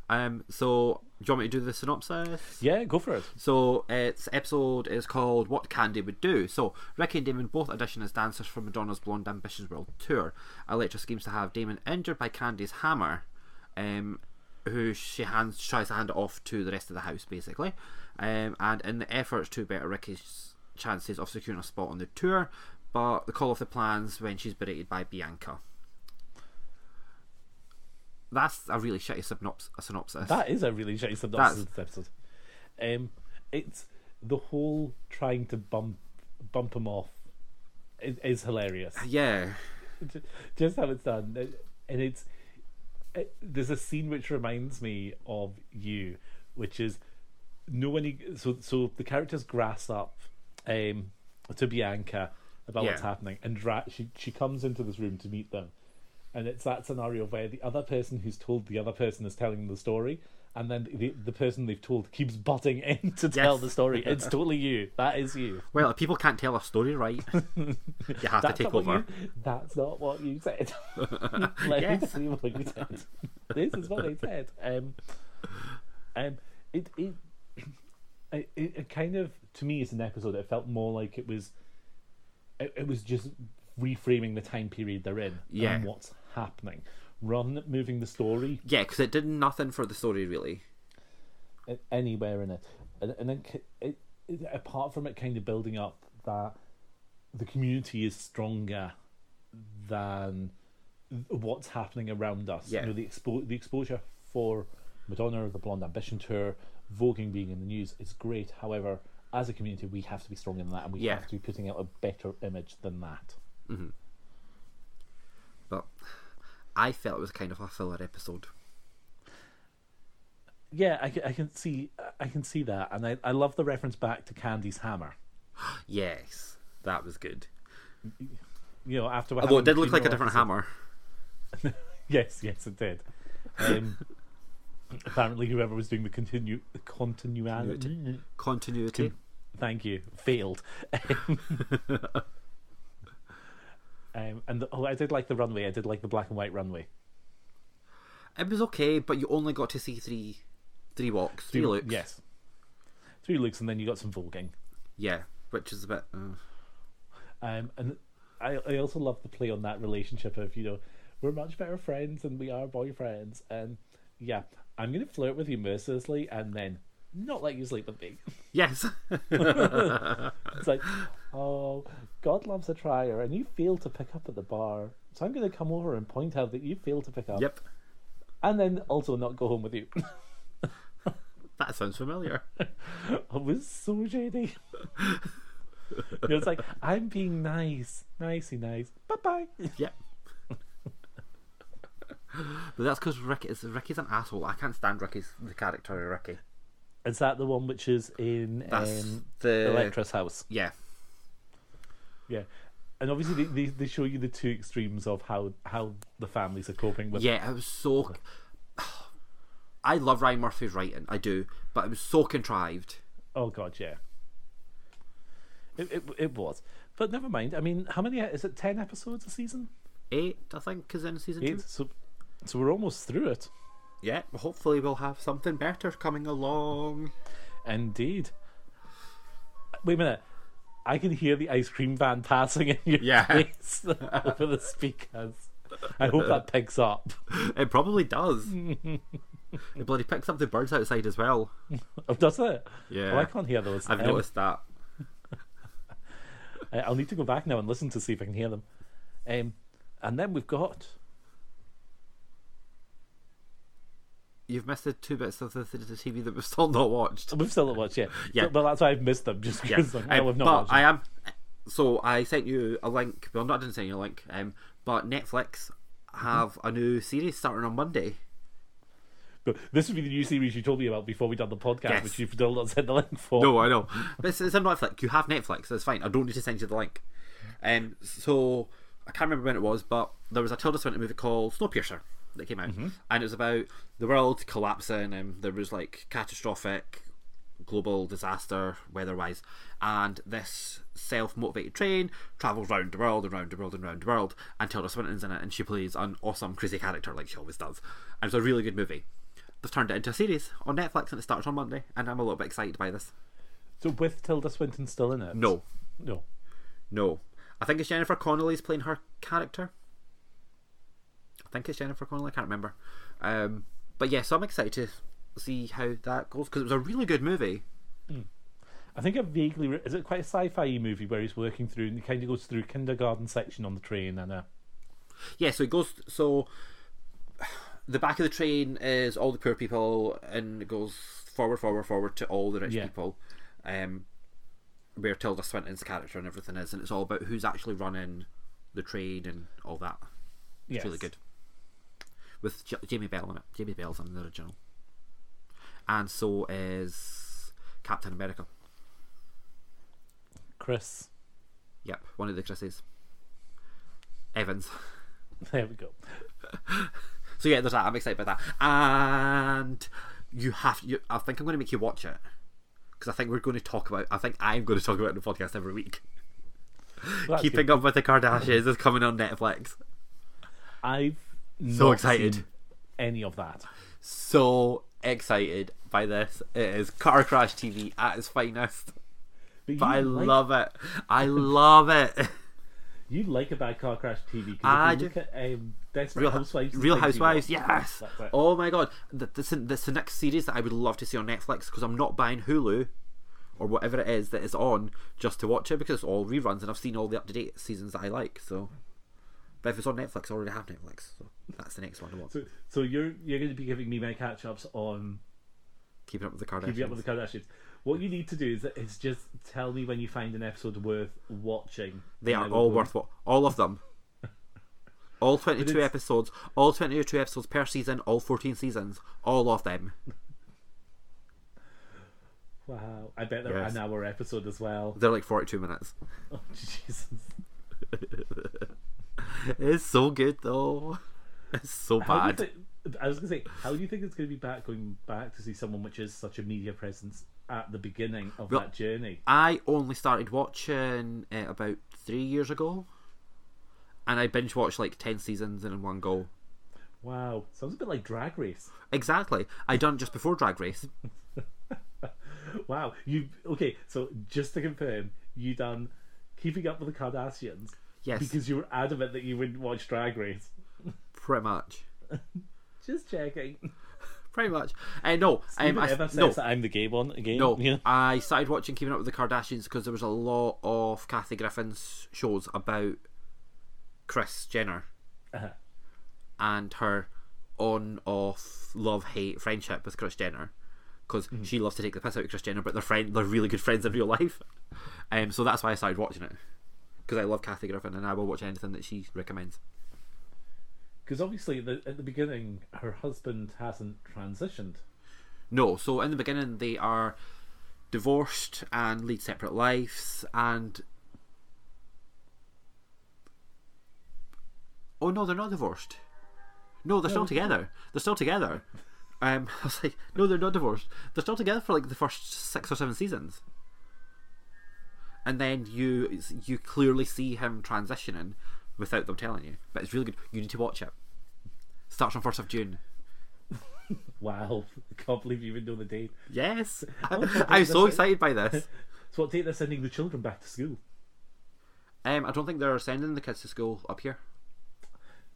S2: um. So do you want me to do the synopsis?
S1: Yeah, go for it.
S2: So its episode is called "What Candy Would Do." So Ricky and Damon both audition as dancers for Madonna's Blonde Ambitions World Tour. Electra schemes to have Damon injured by Candy's hammer, um, who she hands tries to hand it off to the rest of the house basically. Um, and in the efforts to better Ricky's chances of securing a spot on the tour, but the call off the plans when she's berated by Bianca. That's a really shitty synops- synopsis.
S1: That is a really shitty synopsis of this episode. Um, it's the whole trying to bump bump him off is, is hilarious.
S2: yeah.
S1: J- Just how it's done, It- and it's it, there's a scene which reminds me of you, which is no one. he- So so the characters grass up um, to Bianca about what's
S2: Yeah.
S1: happening, and dra- she she comes into this room to meet them, and it's that scenario where the other person who's told the other person is telling the story. And then the, the person they've told keeps butting in to tell
S2: Yes.
S1: the story. It's totally you. That is you.
S2: Well, if people can't tell a story right, you have to take
S1: not what
S2: over.
S1: You, that's not what you said. Let me
S2: Yes.
S1: see what you said. This is what they said. Um, um, it, it, it, it kind of to me as an episode, it felt more like it was, it, it was just reframing the time period they're in
S2: Yeah.
S1: and what's happening, rather than moving the story
S2: Yeah, because it did nothing for the story really.
S1: a- anywhere in it, and, and then ki- it, it, apart from it kind of building up that the community is stronger than what's happening around us.
S2: Yeah.
S1: You know, the expo- the exposure for Madonna, the Blonde Ambition tour, voguing being in the news is great. However, as a community, we have to be stronger than that, and we
S2: Yeah.
S1: have to be putting out a better image than that.
S2: But I felt it was kind of a filler episode.
S1: Yeah, I, ca- I can see I can see that, and I, I love the reference back to Candy's hammer.
S2: Yes, that was good.
S1: You know, after
S2: Although it did look like a different hammer.
S1: Yes, yes, it did. Um, apparently, whoever was doing the continue
S2: Mm-hmm.
S1: continuity,
S2: Continuity.
S1: thank you, failed. Um, um, and the, oh, I did like the runway. I did like the black and white runway.
S2: It was okay, but you only got to see three, three walks, three looks.
S1: Yes, three looks, and then you got some voguing.
S2: Yeah, which is a bit. Uh,
S1: Um, and I, I also love the play on that relationship of you know we're much better friends than we are boyfriends, and yeah, I'm gonna flirt with you mercilessly, and then not let you sleep with me.
S2: yes.
S1: It's like, oh, God loves a trier, and you fail to pick up at the bar. So I'm going to come over and point out that you failed to pick up,
S2: yep.
S1: and then also not go home with you.
S2: That sounds familiar.
S1: I was so shady. You know, it's like I'm being nice, nicey nice. Bye bye.
S2: Yeah. but that's because Rick is Ricky's an asshole. I can't stand Ricky's the character of Ricky.
S1: Is that the one which is in
S2: That's
S1: um,
S2: the
S1: Electra's house?
S2: Yeah.
S1: Yeah, and obviously they, they, they show you the two extremes of how how the families are coping with.
S2: Yeah, it was so. I love Ryan Murphy's writing, I do, but it was so contrived.
S1: Oh god, yeah. It, it it was, but never mind. I mean, how many is it? Ten episodes a season?
S2: Eight, I think, is in season
S1: Eight.
S2: two.
S1: So, so we're almost through it.
S2: Yeah, hopefully we'll have something better coming along.
S1: Indeed. Wait a minute. I can hear the ice cream van passing in your
S2: Yeah.
S1: face over the speakers. I hope that picks up.
S2: It probably does. it bloody picks up the birds outside as well.
S1: Oh, does it?
S2: Yeah.
S1: Oh, I can't hear those.
S2: I've
S1: Um,
S2: noticed that.
S1: I- I'll need to go back now and listen to see if I can hear them. Um, and then we've got.
S2: You've missed the two bits of the, the, the TV that we've still not watched.
S1: We've still not watched yet.
S2: Yeah.
S1: But that's why I've missed them, just
S2: Yeah,
S1: because I
S2: um,
S1: have not
S2: but
S1: watched
S2: I
S1: them.
S2: am. So I sent you a link. Well, not I didn't send you a link. Um, but Netflix have a new series starting on Monday.
S1: But This would be the new series you told me about before we done the podcast,
S2: Yes.
S1: which you've still not sent the link for.
S2: No, I know. But it's, it's on Netflix. You have Netflix. That's fine. I don't need to send you the link. Um, so I can't remember when it was, but there was a Tilda Swinton movie called Snowpiercer that came out, and it was about the world collapsing, and there was like catastrophic global disaster weather-wise, and this self-motivated train travels round the world and round the world and round the world, and Tilda Swinton's in it, and she plays an awesome crazy character like she always does, and it's a really good movie. They've turned it into a series on Netflix, and it starts on Monday, and I'm a little bit excited by this.
S1: So with Tilda Swinton still in it?
S2: No,
S1: No.
S2: no. I think it's Jennifer Connelly's playing her character. I think it's Jennifer Connelly. I can't remember. Um, but yeah, so I'm excited to see how that goes because it was a really good movie.
S1: I think I vaguely re- is it quite a sci-fi movie where he's working through and he kind of goes through kindergarten section on the train and uh,
S2: Yeah, so it goes. So the back of the train is all the poor people, and it goes forward, forward, forward to all the rich
S1: Yeah.
S2: people. Um, where Tilda Swinton's character and everything is, and it's all about who's actually running the train and all that.
S1: yes.
S2: It's really good. With J- Jamie Bell in it. Jamie Bell's in the original. And so is Captain America.
S1: Chris,
S2: Yep, one of the Chris's. Evans.
S1: there we go.
S2: So yeah, there's that. I'm excited about that. And you have you I think I'm going to make you watch it. Because I think we're going to talk about I think I'm going to talk about it in the podcast every week.
S1: Well, that's
S2: Keeping
S1: good.
S2: up with the Kardashians is coming on Netflix.
S1: I've
S2: So
S1: not
S2: excited.
S1: seen any of that.
S2: So excited by this. It is Car Crash TV at its finest. But
S1: you
S2: I
S1: like,
S2: love it. I love it.
S1: you like a bad car crash TV. 'cause if
S2: Ah, I
S1: you
S2: do.
S1: look at um, Desperate
S2: Real
S1: Housewives.
S2: Housewives.
S1: and
S2: Real
S1: things you watch,
S2: Housewives. Yes.
S1: That's it.
S2: Oh my god. Th- This is this is the next series that I would love to see on Netflix because I'm not buying Hulu or whatever it is that is on just to watch it because it's all reruns and I've seen all the up to date seasons that I like. So, but if it's on Netflix, I already have Netflix. So that's the next one I want.
S1: So, so you're you're going to be giving me my catch ups on
S2: Keeping up with the Kardashians.
S1: Keeping Up with the Kardashians. What you need to do is, is just tell me when you find an episode worth watching.
S2: They
S1: and I
S2: are
S1: will
S2: all
S1: go-
S2: worth what all of them. All twenty-two
S1: it's-
S2: episodes, all twenty-two episodes per season, all fourteen seasons, all of them.
S1: Wow, I bet they're
S2: Yes.
S1: an hour episode as well.
S2: They're like forty-two minutes.
S1: Oh, Jesus.
S2: It's so good though. It's so
S1: How
S2: bad.
S1: do you thi- I was gonna say, how do you think it's gonna be back going back to see someone which is such a media presence at the beginning of
S2: Well-
S1: that journey?
S2: I only started watching it about three years ago, and I binge watched like ten seasons in one go.
S1: Wow, sounds a bit like Drag Race.
S2: Exactly. I done it just before Drag Race.
S1: Wow, you okay? So just to confirm, you done keeping up with the Kardashians
S2: Yes,
S1: because you were adamant that you wouldn't watch Drag Race.
S2: pretty much.
S1: Just checking.
S2: Pretty much. I know. Um,
S1: Whoever
S2: I,
S1: says
S2: no,
S1: that I'm the gay one again.
S2: No,
S1: you know?
S2: I started watching Keeping Up with the Kardashians because there was a lot of Kathy Griffin's shows about Chris Jenner
S1: Uh-huh.
S2: and her on off love hate friendship with Chris Jenner because she loves to take the piss out of Chris Jenner, but they're friend, they're really good friends in real life. Um, so that's why I started watching it because I love Kathy Griffin and I will watch anything that she recommends.
S1: Because obviously, the, at the beginning, her husband hasn't transitioned.
S2: No, so in the beginning they are divorced and lead separate lives and Oh no, they're not divorced. No, they're still together. They're still together. Um I was like, no, they're not divorced. They're still together for like the first six or seven seasons. And then you you clearly see him transitioning without them telling you. But it's really good. You need to watch it. Starts on first of June.
S1: Wow, I can't believe you even know the date.
S2: Yes.
S1: my God,
S2: I'm so
S1: that's it.
S2: excited by this.
S1: So, what date they're sending the children back to school?
S2: Um, I don't think they're sending the kids to school up here.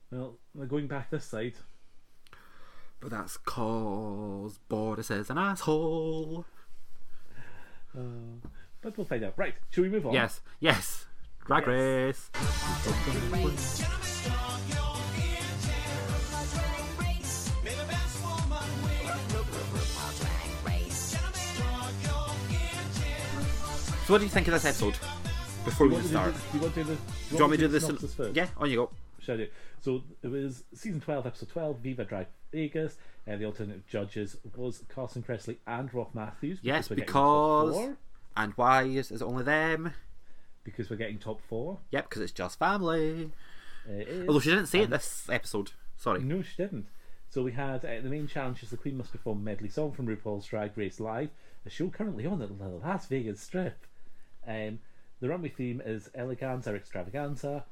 S1: Well, they're going back this side.
S2: But that's cause Boris is an asshole.
S1: But we'll find out. Right, shall we move on?
S2: Yes, yes. Drag race. So what do you think of this episode? Before
S1: Do
S2: we
S1: you want to do
S2: start.
S1: this- do you want to do the-
S2: Do you want me to do
S1: the
S2: this?
S1: synopsis first?
S2: Yeah, on you go.
S1: Shall I do? So it was season 12, episode 12, Viva Drag Vegas. Uh, the alternative judges was Carson Kressley and Roth Matthews.
S2: Yes,
S1: we're getting top
S2: because-
S1: four,
S2: And why is, is it only them?
S1: because we're getting top four. Uh,
S2: Yep, because it's just family.
S1: It is.
S2: Although she didn't say it this episode. Sorry.
S1: No, she didn't. So we had uh, the main challenge is the Queen must perform a medley song from RuPaul's Drag Race Live, a show currently on at the Las Vegas Strip. Um, the runway theme is Eleganza Extravaganza.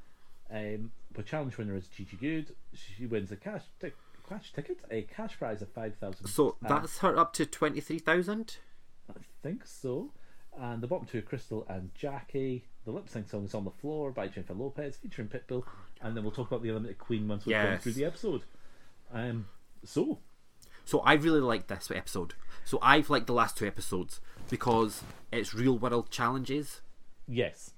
S1: Um, the challenge winner is Gigi Good. She wins a cash ti- cash ticket, a cash prize of five thousand. Uh,
S2: So that's her up to 23,000?
S1: I think so. And the bottom two are Crystal and Jackie. The lip sync song is on the floor by Jennifer Lopez featuring Pitbull, and then we'll talk about the Unlimited Queen once we've gone
S2: Oh Yes.
S1: through the episode. Um, so
S2: So I really like this episode. So I've liked the last two episodes because it's real world challenges.
S1: yes,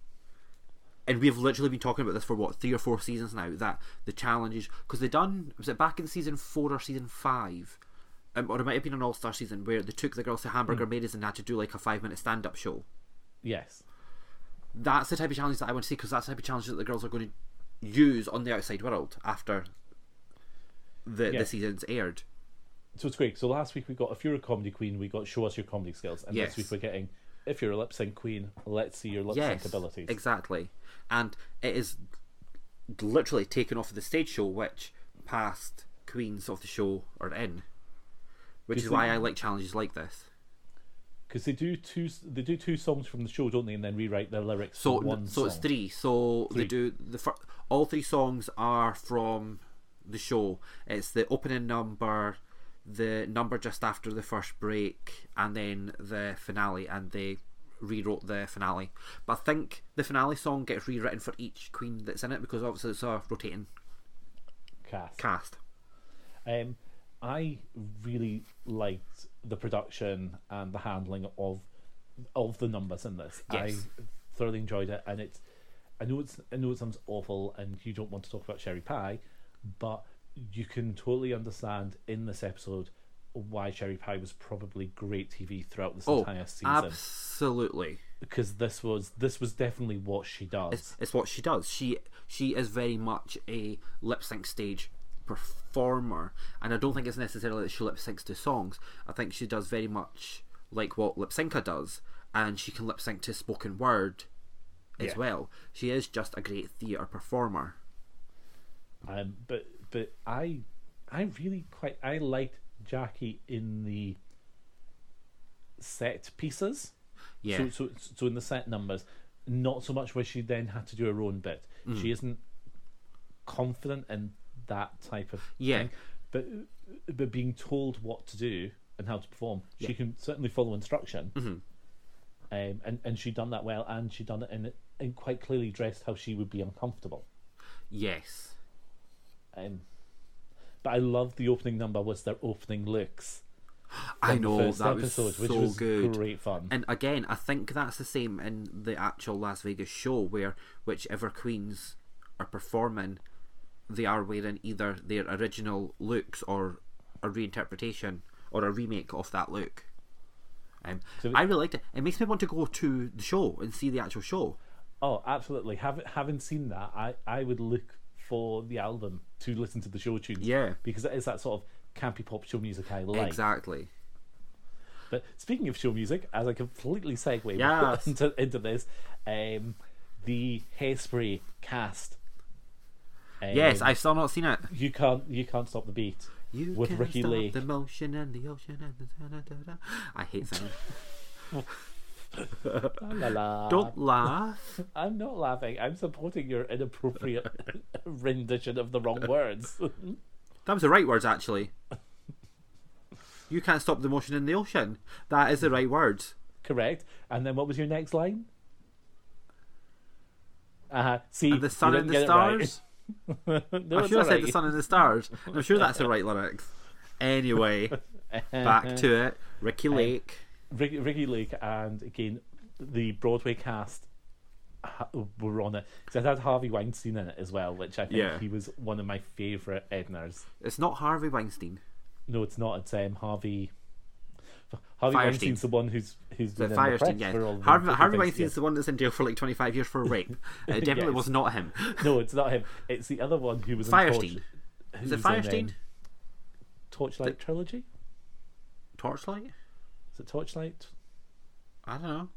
S2: And we've literally been talking about this for what three or four seasons now. That the challenges because they done was it back in season four or season five, um, or it might have been an All Star season where they took the girls to Hamburger Maidens and had to do like a five minute stand up show.
S1: yes.
S2: That's the type of challenge that I want to see because that's the type of challenge that the girls are going to use on the outside world after the
S1: Yeah.
S2: the season's aired.
S1: So it's great. So last week we got if you're a comedy queen, we got show us your comedy skills, and
S2: Yes.
S1: this week we're getting if you're a lip sync queen, let's see your lip sync
S2: yes,
S1: abilities.
S2: Exactly. And it is literally taken off of the stage show, which past queens of the show are in. Which
S1: Do you
S2: is why
S1: think-
S2: I like challenges like this.
S1: Because they do two they do two songs from the show, don't they, and then rewrite their lyrics.
S2: So
S1: for one
S2: so it's
S1: song.
S2: three. So they do the fir- all three songs are from the show. It's the opening number, the number just after the first break, and then the finale. And they rewrote the finale. But I think the finale song gets rewritten for each queen that's in it because obviously it's a rotating
S1: cast.
S2: cast.
S1: Um, I really liked the production and the handling of of the numbers in this.
S2: Yes.
S1: I thoroughly enjoyed it, and it's. I know it's. I know it sounds awful, and you don't want to talk about Sherry Pie, but you can totally understand in this episode why Sherry Pie was probably great TV throughout this
S2: Oh,
S1: entire season
S2: absolutely.
S1: because this was this was definitely what she does.
S2: It's what she does. She she is very much a lip sync stage performer, and I don't think it's necessarily that she lip syncs to songs. I think she does very much like what Lip Synca does, and she can lip sync to spoken word as
S1: Yeah.
S2: well. She is just a great theatre performer.
S1: Um, but but I I really quite I liked Jackie in the set pieces.
S2: Yeah.
S1: So so so in the set numbers, not so much where she then had to do her own bit. She isn't confident in that type of
S2: Yeah.
S1: thing. But but being told what to do and how to perform, she can certainly follow instruction. Um, and and she done that well, and she done it in and quite clearly dressed how she would be uncomfortable.
S2: Yes.
S1: Um, but I love the opening number was their opening looks.
S2: I
S1: in the
S2: know
S1: first
S2: that
S1: episode,
S2: was so
S1: which was
S2: good.
S1: great fun.
S2: And again, I think that's the same in the actual Las Vegas show, where whichever queens are performing, they are wearing either their original looks or a reinterpretation or a remake of that look. Um,
S1: So-
S2: I really liked it. It makes me want to go to the show and see the actual show.
S1: Oh, absolutely. Having having seen that, I I would look for the album to listen to the show tunes.
S2: Yeah.
S1: because it is that sort of campy pop show music I like.
S2: Exactly.
S1: But speaking of show music, as I completely segue
S2: Yes.
S1: into into this, um, the Hairspray cast. Um,
S2: Yes, I've still not seen it.
S1: you can't you can't stop the beat
S2: You
S1: with
S2: can
S1: Ricky
S2: stop
S1: Lake.
S2: The motion and the ocean and the da, da, da, da. I hate singing.
S1: La la.
S2: Don't laugh.
S1: I'm not laughing. I'm supporting your inappropriate rendition of the wrong words.
S2: That was the right words, actually. You can't stop the motion in the ocean. That is the right words.
S1: Correct. And then what was your next line? Uh huh. See,
S2: The sun
S1: you
S2: and the
S1: didn't get it right.
S2: stars.
S1: no,
S2: I'm
S1: it's
S2: sure I said the
S1: alright.
S2: sun and the stars. and I'm sure that's the right lyrics. Anyway, back to it. Ricky Lake.
S1: Ricky, Ricky Lake and again the Broadway cast ha- were on it. 'Cause it had Harvey Weinstein in it as well, which I think
S2: Yeah.
S1: he was one of my favorite Edners.
S2: It's not Harvey Weinstein.
S1: No, it's not. It's um, Harvey. Harvey
S2: Firestein.
S1: Weinstein's the one who's who's been in the press
S2: Firestein, yes.
S1: for all the
S2: Harvey,
S1: different
S2: Harvey
S1: things.
S2: Weinstein's the one that's in jail for like 25 years for rape. It definitely
S1: Yes.
S2: was not him.
S1: Yeah. No, it's not him. It's the other one who was in
S2: Firestein.
S1: Torch, who's
S2: Is it
S1: in, um,
S2: Firestein?
S1: Torchlight trilogy.
S2: Torchlight?
S1: Is it Torchlight?
S2: I don't know.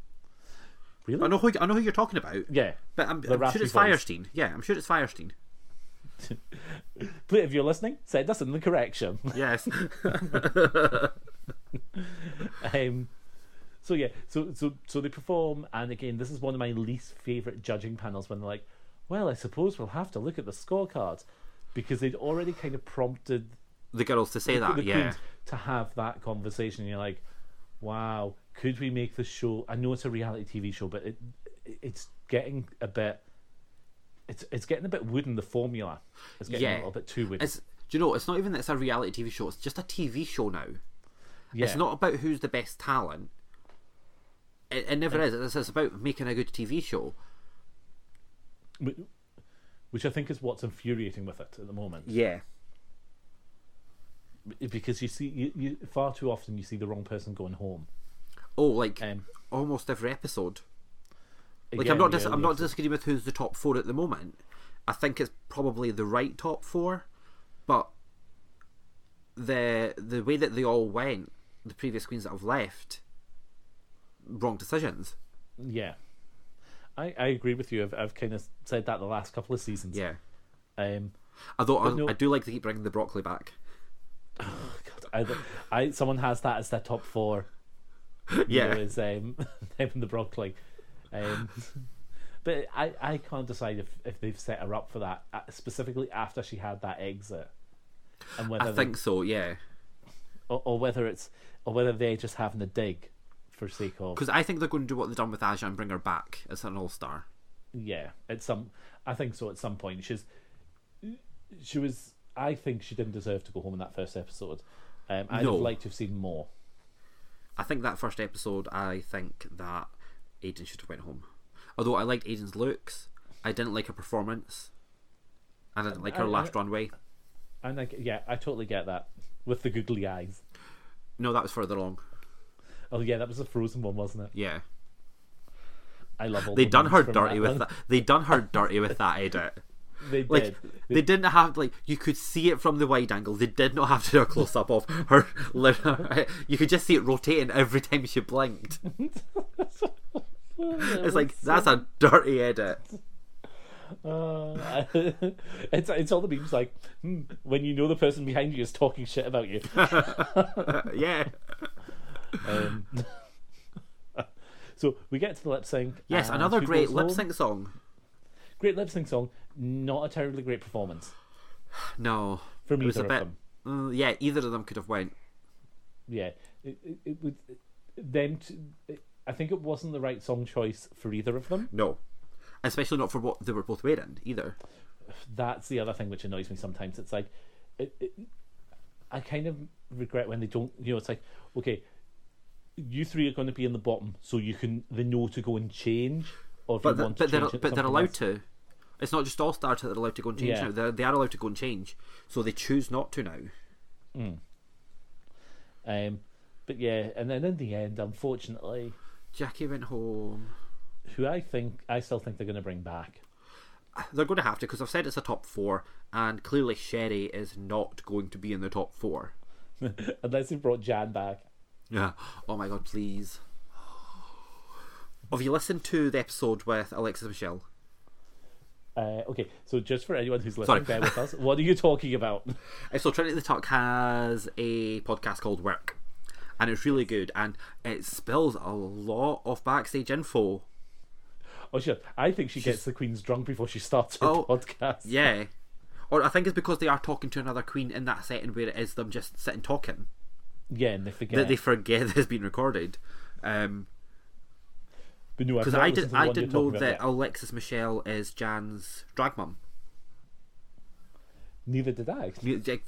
S1: Really?
S2: I know who I know who you're talking about.
S1: Yeah.
S2: But I'm,
S1: The
S2: I'm sure
S1: raspy
S2: it's
S1: voice.
S2: Firestein. Yeah, I'm sure it's Firestein.
S1: Please, if you're listening, send us in the correction.
S2: Yes.
S1: um, so yeah, so so so they perform, and again, this is one of my least favorite judging panels when they're like, "Well, I suppose we'll have to look at the scorecards," because they'd already kind of prompted
S2: the girls to say
S1: the
S2: that,
S1: Queen
S2: yeah.
S1: to have that conversation. And you're like, "Wow, could we make the show?" I know it's a reality TV show, but it it's getting a bit. It's, it's getting a bit wooden. The formula It's getting
S2: Yeah.
S1: a little bit too wooden.
S2: It's, do you know, it's not even that it's a reality TV show, it's just a TV show now.
S1: yeah.
S2: It's not about who's the best talent. It, it never is. It's, it's about making a good TV show.
S1: Wh- which I think is what's infuriating with it at the moment.
S2: Yeah.
S1: because you see you, you far too often you see the wrong person going home.
S2: Oh, like
S1: Um,
S2: almost every episode. Like
S1: Again,
S2: I'm not
S1: the
S2: dis-
S1: early
S2: I'm not
S1: episode-
S2: disagreeing with who's the top four at the moment. I think it's probably the right top four, but the the way that they all went, the previous queens that have left, wrong decisions.
S1: yeah. I, I agree with you. I've, I've kind of said that the last couple of seasons.
S2: Yeah.
S1: Um.
S2: Although I,
S1: no-
S2: I do like to keep bringing the broccoli back.
S1: I, I someone has that as their top four. you know,
S2: Yeah.
S1: is um them and the broccoli. Um, but I, I can't decide if, if they've set her up for that uh, specifically after she had that exit, and whether
S2: I
S1: they-
S2: think so. Yeah.
S1: or, or whether it's or whether they're just having a dig for sake of
S2: Because I think they're going to do what they've done with Aja and bring her back as an all star.
S1: Yeah, at some, I think so. At some point, she's, she was. I think she didn't deserve to go home in that first episode. Um, I'd
S2: No.
S1: have liked to have seen more.
S2: I think that first episode, I think that Aiden should have went home. Although I liked Aiden's looks, I didn't like her performance, and I didn't like her
S1: I-
S2: last
S1: I-
S2: runway.
S1: And like, yeah, I totally get that with the googly eyes.
S2: No, that was further along.
S1: Oh yeah, that was a frozen one, wasn't it?
S2: Yeah,
S1: I love all.
S2: they
S1: the
S2: done
S1: memes
S2: her
S1: from
S2: dirty with
S1: one.
S2: that. They done her dirty with that edit.
S1: They
S2: Like
S1: did.
S2: they, didn't have like you could see it from the wide angle. They did not have to do a close up of her. li- you could just see it rotating every time she blinked. It's like that's a dirty edit.
S1: Uh, it's it's all the memes like hmm, when you know the person behind you is talking shit about you.
S2: Uh, Yeah.
S1: Um, so we get to the lip sync.
S2: Yes,
S1: and
S2: another
S1: who
S2: great
S1: goes
S2: lip
S1: home?
S2: sync song.
S1: great lip sync song, not a terribly great performance
S2: No,
S1: from
S2: it was
S1: either of
S2: a bit.
S1: them.
S2: Mm, yeah, either of them could have went.
S1: Yeah, it, it, it was them. To, I think it wasn't the right song choice for either of them.
S2: No, especially not for what they were both wearing either.
S1: That's the other thing which annoys me sometimes. It's like, it, it, I kind of regret when they don't. You know, it's like, okay, you three are going to be in the bottom, so you can they know to go and change. Or if
S2: But
S1: you
S2: the,
S1: want
S2: but
S1: to
S2: they're
S1: change it,
S2: but they're
S1: something
S2: allowed
S1: else.
S2: to. It's not just all stars that they're allowed to go and change
S1: Yeah.
S2: now. They're, they are allowed to go and change, so they choose not to now.
S1: Um, But yeah, and then in the end, unfortunately,
S2: Jackie went home.
S1: who I think I still think they're going to bring back.
S2: They're going to have to because I've said it's a top four, and clearly Sherry is not going to be in the top four.
S1: Unless they brought Jan back.
S2: Yeah. Oh my god, please. Have you listened to the episode with Alexis Michelle?
S1: Uh, okay, so just for anyone who's
S2: Sorry.
S1: listening, bear with us. What are you talking about?
S2: Uh, So Trinity the Talk has a podcast called Work, and it's really good, and it spills a lot of backstage info.
S1: Oh shit! I think she gets the queen's drunk before she starts her
S2: Oh,
S1: podcast.
S2: Yeah. Or I think it's because they are talking to another queen in that setting where it is them just sitting talking
S1: yeah, and they forget.
S2: that they forget that it's been recorded. Um,
S1: but no,
S2: because I did, I didn't know that Alexis Michelle is Jan's drag mum.
S1: Neither did I.
S2: You- like,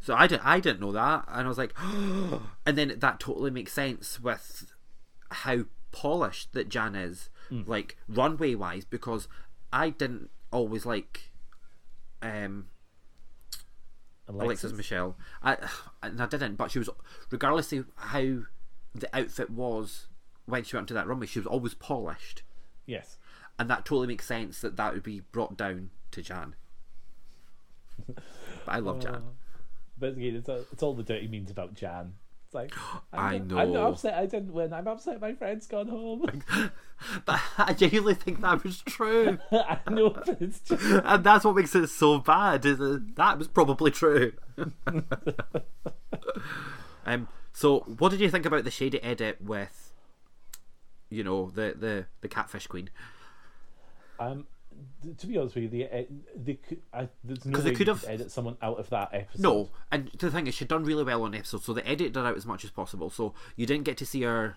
S2: So I didn't, I didn't know that, and I was like, and then that totally makes sense with how polished that Jan is, like runway wise, because I didn't always like um, Alexis Michelle. I and I didn't, but she was regardless of how the outfit was when she went to that runway, she was always polished,
S1: Yes.
S2: and that totally makes sense that that would be brought down to Jan. but I love Jan.
S1: But again, it's, all- it's all the dirty means about Jan. It's like, I'm
S2: I
S1: not- I'm
S2: know.
S1: not upset I didn't win. I'm upset my friend's gone home.
S2: But I genuinely think that was true,
S1: I know, but it's just.
S2: and that's what makes it so bad. Is that, that was probably true. um. So, what did you think about the shady edit with, you know, the the the catfish queen?
S1: Um, th- to be honest with you, they, eh, they, cou- I, there's no
S2: 'Cause
S1: way
S2: they
S1: you
S2: could have-
S1: edit someone out of that episode.
S2: No, and the thing is, she'd done really well on the episode, so they edited her out as much as possible. So you didn't get to see her,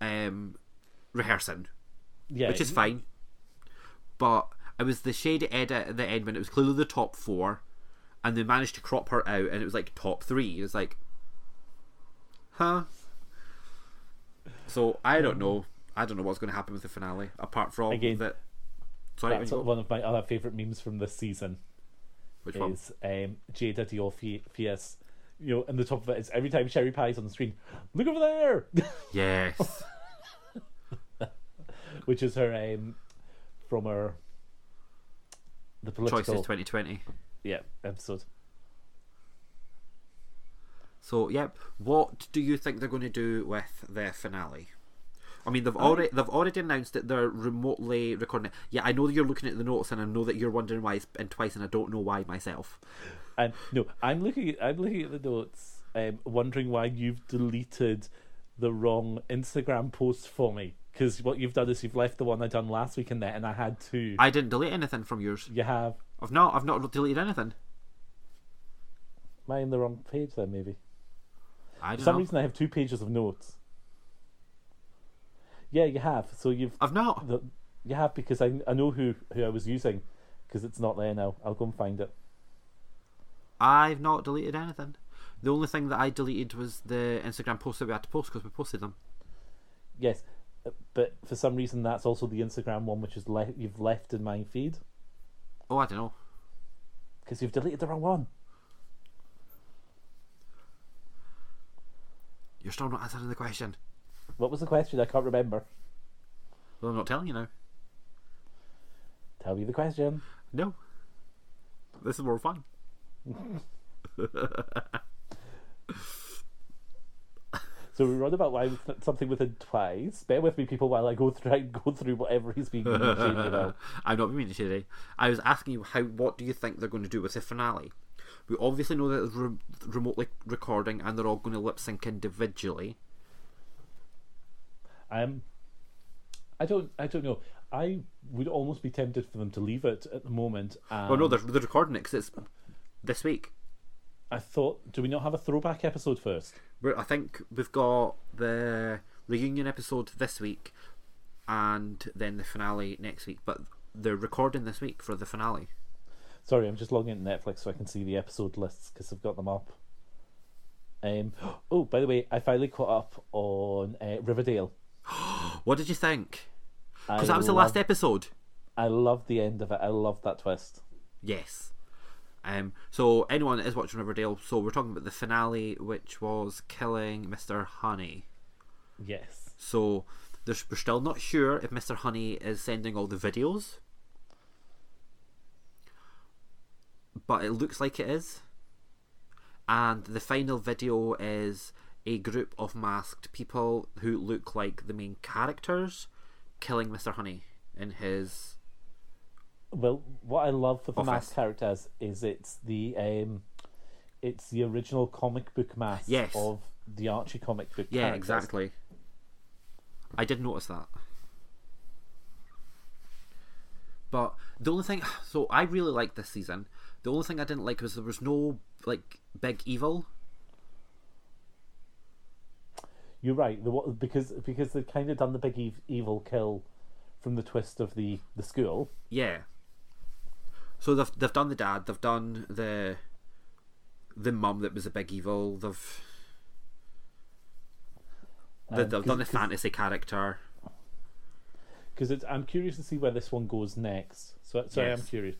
S2: um, rehearsing,
S1: yeah,
S2: which is fine. But it was the shady edit at the end when it was clearly the top four, and they managed to crop her out, and it was like top three. It was like, huh. So I don't know. I don't know what's going to happen with the finale, apart from
S1: Again,
S2: that. Sorry,
S1: That's
S2: on you go.
S1: one of my other favourite memes from this season.
S2: which one?
S1: is um, Jada Dior Fi- Fies. You know, and the top of it is every time Sherry Pie's on the screen, look over there,
S2: Yes.
S1: which is her um, from her the
S2: Choices
S1: political
S2: 2020.
S1: yeah episode.
S2: So, yep. What do you think they're going to do with their finale? I mean, they've
S1: Um,
S2: already they've already announced that they're remotely recording it. Yeah, I know that you're looking at the notes, and I know that you're wondering why it's been twice, and I don't know why myself.
S1: And no, I'm looking at I'm looking at the notes, um, wondering why you've deleted the wrong Instagram post for me because what you've done is you've left the one I done last week in there, and I had to.
S2: I didn't delete anything from yours.
S1: You have
S2: I've not I've not deleted anything.
S1: am I in the wrong page then maybe.
S2: I
S1: For
S2: don't
S1: some
S2: know.
S1: reason, I have two pages of notes. Yeah, you have. So you've
S2: I've not.
S1: the, you have because I I know who who I was using because it's not there now. I'll go and find it.
S2: I've not deleted anything. The only thing that I deleted was the Instagram post that we had to post because we posted them.
S1: Yes, uh, but for some reason that's also the Instagram one which is left you've left in my feed
S2: Oh, I don't know.
S1: because you've deleted the wrong one.
S2: You're still not answering the question.
S1: What was the question? I can't remember.
S2: Well, I'm not telling you now.
S1: Tell me the question.
S2: No. This is more fun.
S1: So we run about why we th- something within twice. Bear with me, people, while I go through I go through whatever he's being shady about.
S2: I'm not being shitty. I was asking you how. What do you think they're going to do with the finale? We obviously know that it's re- remotely recording, and they're all going to lip sync individually.
S1: Um, I don't I don't know. I would almost be tempted for them to leave it at the moment. And
S2: Oh well, no, they're, they're recording it 'cause it's this week.
S1: I thought, do we not have a throwback episode first?
S2: We're, I think we've got the reunion episode this week, and then the finale next week. But they're recording this week for the finale.
S1: Sorry, I'm just logging into Netflix so I can see the episode lists because I've got them up. Um, oh, by the way, I finally caught up on uh, Riverdale.
S2: What did you think? Because that was the last episode.
S1: I loved the end of it. I loved that twist.
S2: Yes. Um, so anyone that is watching Riverdale, so we're talking about the finale, which was killing Mr. Honey.
S1: Yes.
S2: So there's, we're still not sure if Mr. Honey is sending all the videos, but it looks like it is. And the final video is a group of masked people who look like the main characters killing Mr. Honey in his
S1: Well, what I love for the
S2: Office.
S1: mask characters is it's the um, it's the original comic book mask
S2: Yes.
S1: of the Archie comic book.
S2: Yeah,
S1: characters.
S2: exactly. I did notice that. But the only thing, so I really liked this season. The only thing I didn't like was there was no like big evil.
S1: You're right. The, wa- because because they've kind of done the big ev- evil kill from the twist of the the school.
S2: Yeah. So they've they've done the dad. They've done the the mum that was a big evil. They've they-
S1: Um,
S2: they've done the
S1: 'cause- 'cause-
S2: fantasy character.
S1: because it's I'm curious to see where this one goes next. So, so I am
S2: Yes.
S1: curious.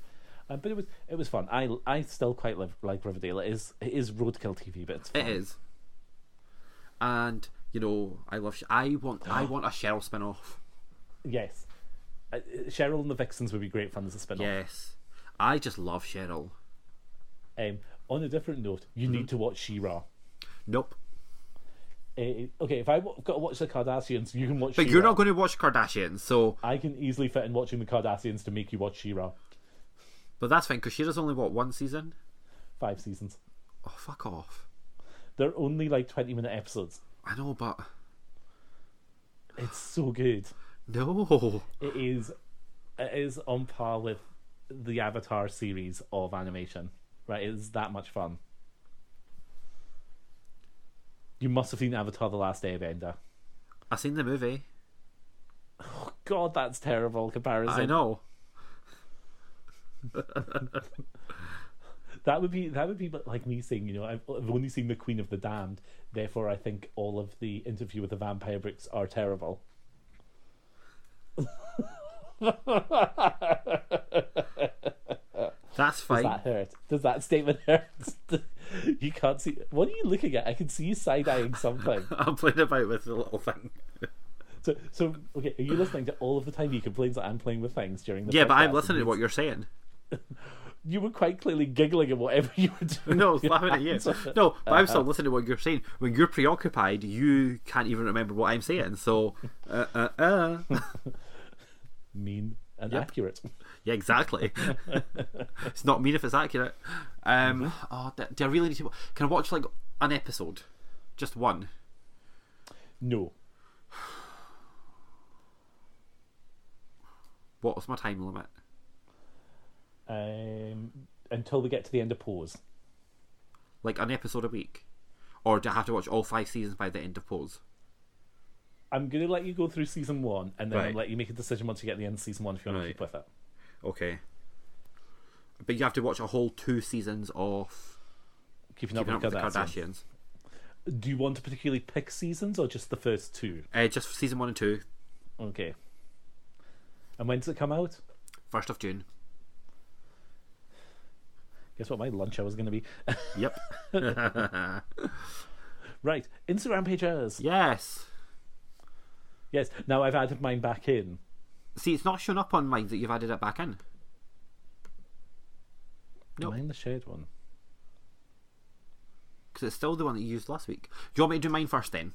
S1: Uh, but it was it was fun. I I still quite live, like Riverdale. It is it is roadkill TV, but it's fun.
S2: It is. And you know, I love. Sh- I want. I want a Cheryl spin off.
S1: yes. Uh, uh, Cheryl and the Vixens would be great fun as a spin-off.
S2: Yes. I just love Cheryl.
S1: Um, on a different note, you
S2: Mm-hmm.
S1: need to watch She-Ra.
S2: Nope.
S1: Uh, okay, if I w- got to watch the Kardashians, you can watch.
S2: But
S1: She-Ra.
S2: you're not going to watch Kardashians, so.
S1: I can easily fit in watching the Kardashians to make you watch She-Ra.
S2: But that's fine, because she does only, what, one season?
S1: Five seasons.
S2: Oh, fuck off.
S1: They're only like twenty-minute episodes.
S2: I know, but.
S1: It's so good.
S2: No.
S1: It is it is on par with the Avatar series of animation. Right, it's that much fun. You must have seen Avatar: The Last Airbender.
S2: I've seen the movie.
S1: God, that's terrible comparison.
S2: I know.
S1: That would be that would be like me saying, you know, I've, I've only seen The Queen of the Damned, therefore I think all of the Interview with the Vampire books are terrible.
S2: That's fine.
S1: That hurt. Does that statement hurt? you can't see. What are you looking at? I can see you side eyeing something.
S2: I'm playing about with the little thing.
S1: So, so okay, are you listening to all of the time he complains that I'm playing with things during the
S2: Yeah, but I'm
S1: podcast?
S2: listening to what you're saying.
S1: You were quite clearly giggling at whatever you were doing.
S2: No, I
S1: with
S2: was
S1: your
S2: laughing at you.
S1: hands on it.
S2: No, but I'm still listening to what you're saying. When you're preoccupied, you can't even remember what I'm saying, so. Uh, uh, uh.
S1: Mean and accurate.
S2: Yeah, exactly. it's not mean if it's accurate. Um, oh, do, do I really need to? Can I watch like an episode, just one?
S1: No,
S2: What was my time limit?
S1: um, until they get to the end of pause.
S2: Like an episode a week, or do I have to watch all five seasons by the end of Pose?
S1: I'm going to let you go through season one, and then
S2: Right.
S1: I'll let you make a decision once you get to the end of season one if you want
S2: Right.
S1: to keep with it.
S2: Okay. But you have to watch a whole two seasons of
S1: Keeping,
S2: Keeping
S1: up
S2: Up
S1: with
S2: with
S1: the Kardashians.
S2: Kardashians.
S1: Do you want to particularly pick seasons or just the first two?
S2: Uh, just season one and two,
S1: Okay. And when does it come out?
S2: first of June.
S1: Guess what my lunch hour is going to be.
S2: Yep.
S1: right, Instagram pages.
S2: yes.
S1: Yes. Now I've added mine back in.
S2: See, it's not shown up on mine that you've added it back in. Nope.
S1: Mine the shared one.
S2: because it's still the one that you used last week. Do you want me to do mine first then?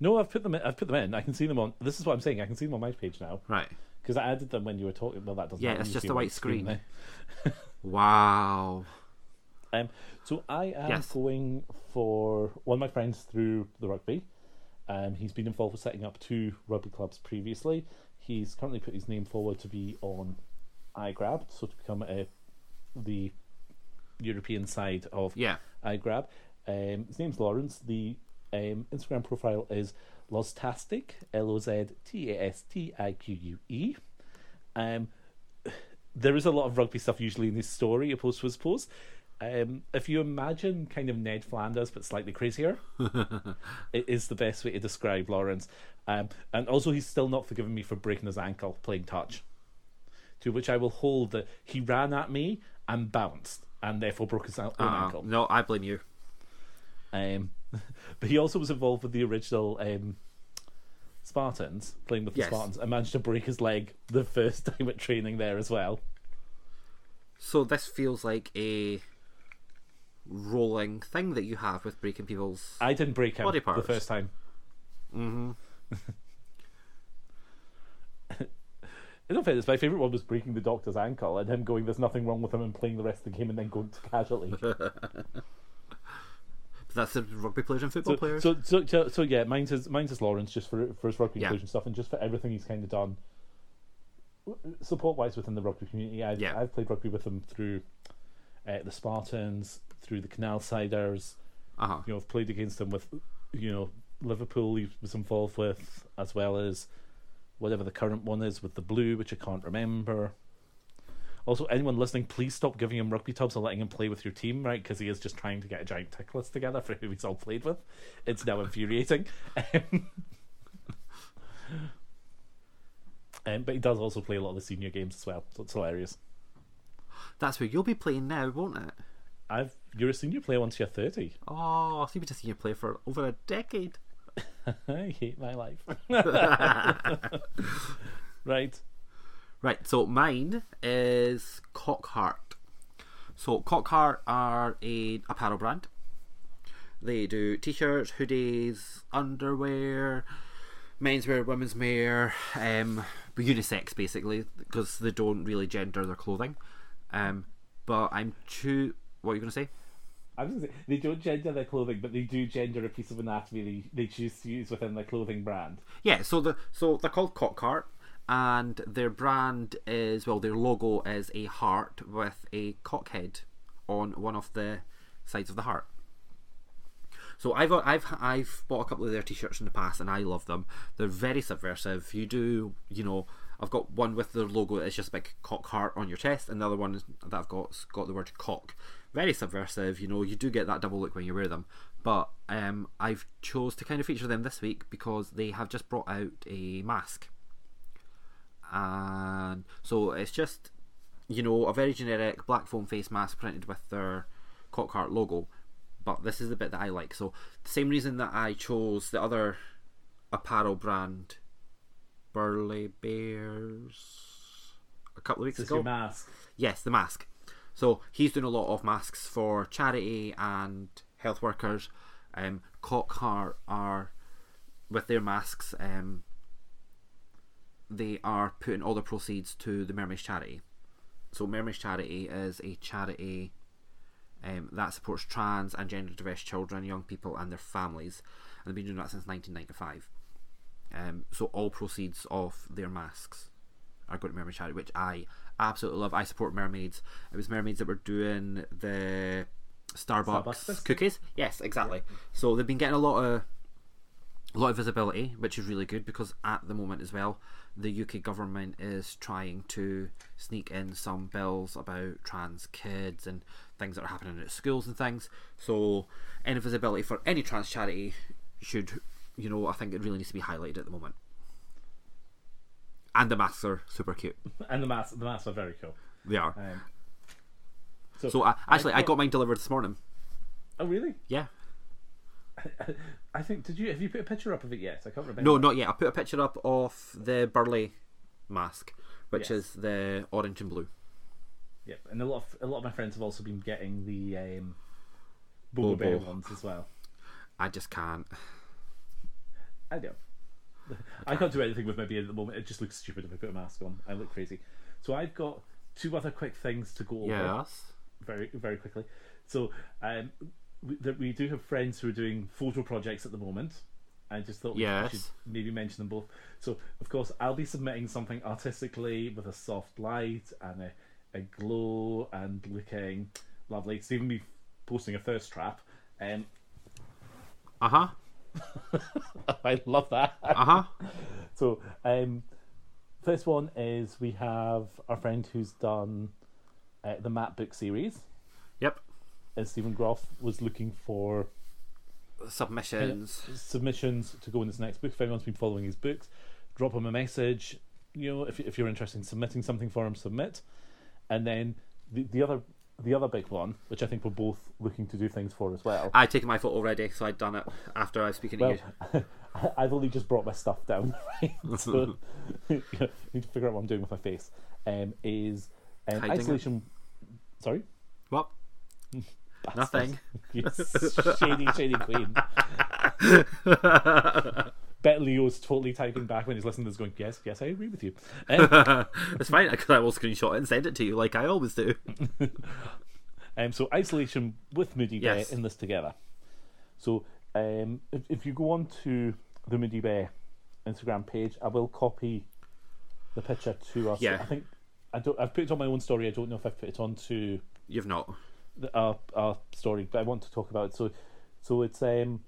S1: No, I've put them. In, I've put them in. I can see them on. This is what I'm saying. I can see them on my page now
S2: Right.
S1: because I added them when you were talking. Well, that doesn't.
S2: Yeah,
S1: happen,
S2: it's
S1: you
S2: just
S1: see
S2: a
S1: white
S2: white screen.
S1: there.
S2: Wow.
S1: Um, so I am
S2: Yes.
S1: going for one of my friends through the rugby. Um, he's been involved with setting up two rugby clubs previously. He's currently put his name forward to be on iGrab, so to become a the European side of
S2: Yeah.
S1: iGrab. Um, his name's Lawrence. The um, Instagram profile is Loztastic, L O Z T A S T I Q U E. Um, there is a lot of rugby stuff usually in his story, opposed to his post. Um, if you imagine kind of Ned Flanders but slightly crazier, it is the best way to describe Lawrence. Um, and also, he's still not forgiven me for breaking his ankle playing touch. To which I will hold that he ran at me and bounced. and therefore broke his own
S2: Uh,
S1: ankle.
S2: no, I blame you.
S1: Um, but he also was involved with the original um, Spartans, playing with the
S2: Yes.
S1: Spartans, and managed to break his leg the first time at training there as well.
S2: So this feels like a rolling thing that you have with breaking people's.
S1: I didn't break him
S2: Body
S1: the
S2: parts.
S1: first time. Mm-hmm. In all fairness, my favourite one was breaking the doctor's ankle and him going, "There's nothing wrong with him," and playing the rest of the game, and then going to casualty.
S2: That's the rugby players and football
S1: so,
S2: players.
S1: so, so, so, so yeah, mine's is mine's is Lawrence just for for his rugby
S2: Yeah.
S1: inclusion stuff and just for everything he's kind of done support wise within the rugby community. I've
S2: Yeah.
S1: I've played rugby with him through uh, the Spartans, through the Canal Siders.
S2: uh-huh.
S1: You know, I've played against him with you know Liverpool. He was involved with as well as whatever the current one is with the Blue, which I can't remember. Also, anyone listening, please stop giving him rugby tubs and letting him play with your team, right? Because he is just trying to get a giant tick list together for who he's all played with. It's now infuriating. um, um, but he does also play a lot of the senior games as well, so it's hilarious.
S2: That's where you'll be playing now, won't it?
S1: I've you're a senior player once you're thirty.
S2: Oh, so you've been a senior player for over a decade.
S1: I hate my life. right.
S2: Right, so mine is Cockhart. So Cockhart are a apparel brand. They do t-shirts, hoodies, underwear, menswear, women's wear, um, unisex basically, because they don't really gender their clothing. Um, but I'm too. What are you gonna say?
S1: I was gonna say, they don't gender their clothing, but they do gender a piece of anatomy they, they choose to use within their clothing brand.
S2: Yeah, so the so they're called Cockhart, and their brand is well, their logo is a heart with a cockhead on one of the sides of the heart. So I've I've I've bought a couple of their t-shirts in the past, and I love them. They're very subversive. You do you know? I've got one with their logo. It's just a big cock heart on your chest. Another one is- that I've got's got the word cock. Very subversive. You know, you do get that double look when you wear them. But um, I've chose to kind of feature them this week because they have just brought out a mask and so it's just you know a very generic black foam face mask printed with their Cockhart logo but this is the bit that I like so the same reason that I chose the other apparel brand Burley Bears a couple of weeks
S1: This is
S2: ago
S1: your mask.
S2: Yes, the mask. So he's doing a lot of masks for charity and health workers. Um, Cockhart are with their masks. Um, they are putting all the proceeds to the Mermaids Charity. So Mermaids Charity is a charity um, that supports trans and gender diverse children, young people, and their families. And they've been doing that since 1995. Um, so all proceeds of their masks are going to Mermaid Charity, which I absolutely love. I support mermaids. It was mermaids that were doing the Starbucks,
S1: Starbucks festival?
S2: cookies. Yes, exactly. So they've been getting a lot of a lot of visibility, which is really good because at the moment as well, the UK government is trying to sneak in some bills about trans kids and things that are happening at schools and things. So any visibility for any trans charity should, you know, I think it really needs to be highlighted at the moment. And the masks are super cute.
S1: And the mask the masks are very cool.
S2: They are.
S1: Um,
S2: so I, actually, I got mine delivered this morning.
S1: Oh really?
S2: Yeah.
S1: I think did you have you put a picture up of it yet? I can't remember.
S2: No, not yet. I put a picture up of the Burley mask, which
S1: Yes.
S2: is the orange and blue.
S1: Yep. And a lot of a lot of my friends have also been getting the um Boba Bear
S2: Bobo.
S1: ones as well.
S2: I just can't.
S1: I know. I can't do anything with my beard at the moment. It just looks stupid if I put a mask on. I look crazy. So I've got two other quick things to go over.
S2: Yes.
S1: very very quickly. So um, we, that we do have friends who are doing photo projects at the moment. I just thought we
S2: Yes.
S1: should maybe mention them both. So of course I'll be submitting something artistically with a soft light and a, a glow and looking lovely. It's even me posting a thirst trap. Um,
S2: Uh huh.
S1: I love that.
S2: Uh huh.
S1: So, um, first one is we have our friend who's done uh, the map book series.
S2: Yep.
S1: And Stephen Groff was looking for
S2: Submissions.
S1: submissions to go in his next book. If anyone's been following his books, drop him a message. You know, if, if you're interested in submitting something for him, submit. And then the, the other the other big one, which I think we're both looking to do things for as well.
S2: I'd taken my photo already, so I'd done it after I was speaking
S1: well,
S2: to you.
S1: I've only just brought my stuff down, right? so you know, need to figure out what I'm doing with my face. Um, is um,
S2: Hiding it.
S1: isolation? Sorry,
S2: What? Nothing.
S1: You shady, shady queen. Bet Leo's totally typing back when he's listening to this going, Yes, yes, I agree with you. Um,
S2: It's fine because I will screenshot it and send it to you like I always do.
S1: um, so, isolation with Moody Bear
S2: Yes.
S1: in this together. So, um, if, if you go on to the Moody Bear Instagram page, I will copy the picture to us.
S2: Yeah.
S1: I think I don't, I've put it on my own story. I don't know if I've put it on to
S2: You've not.
S1: the- our our story, but I want to talk about it. So, so it's um,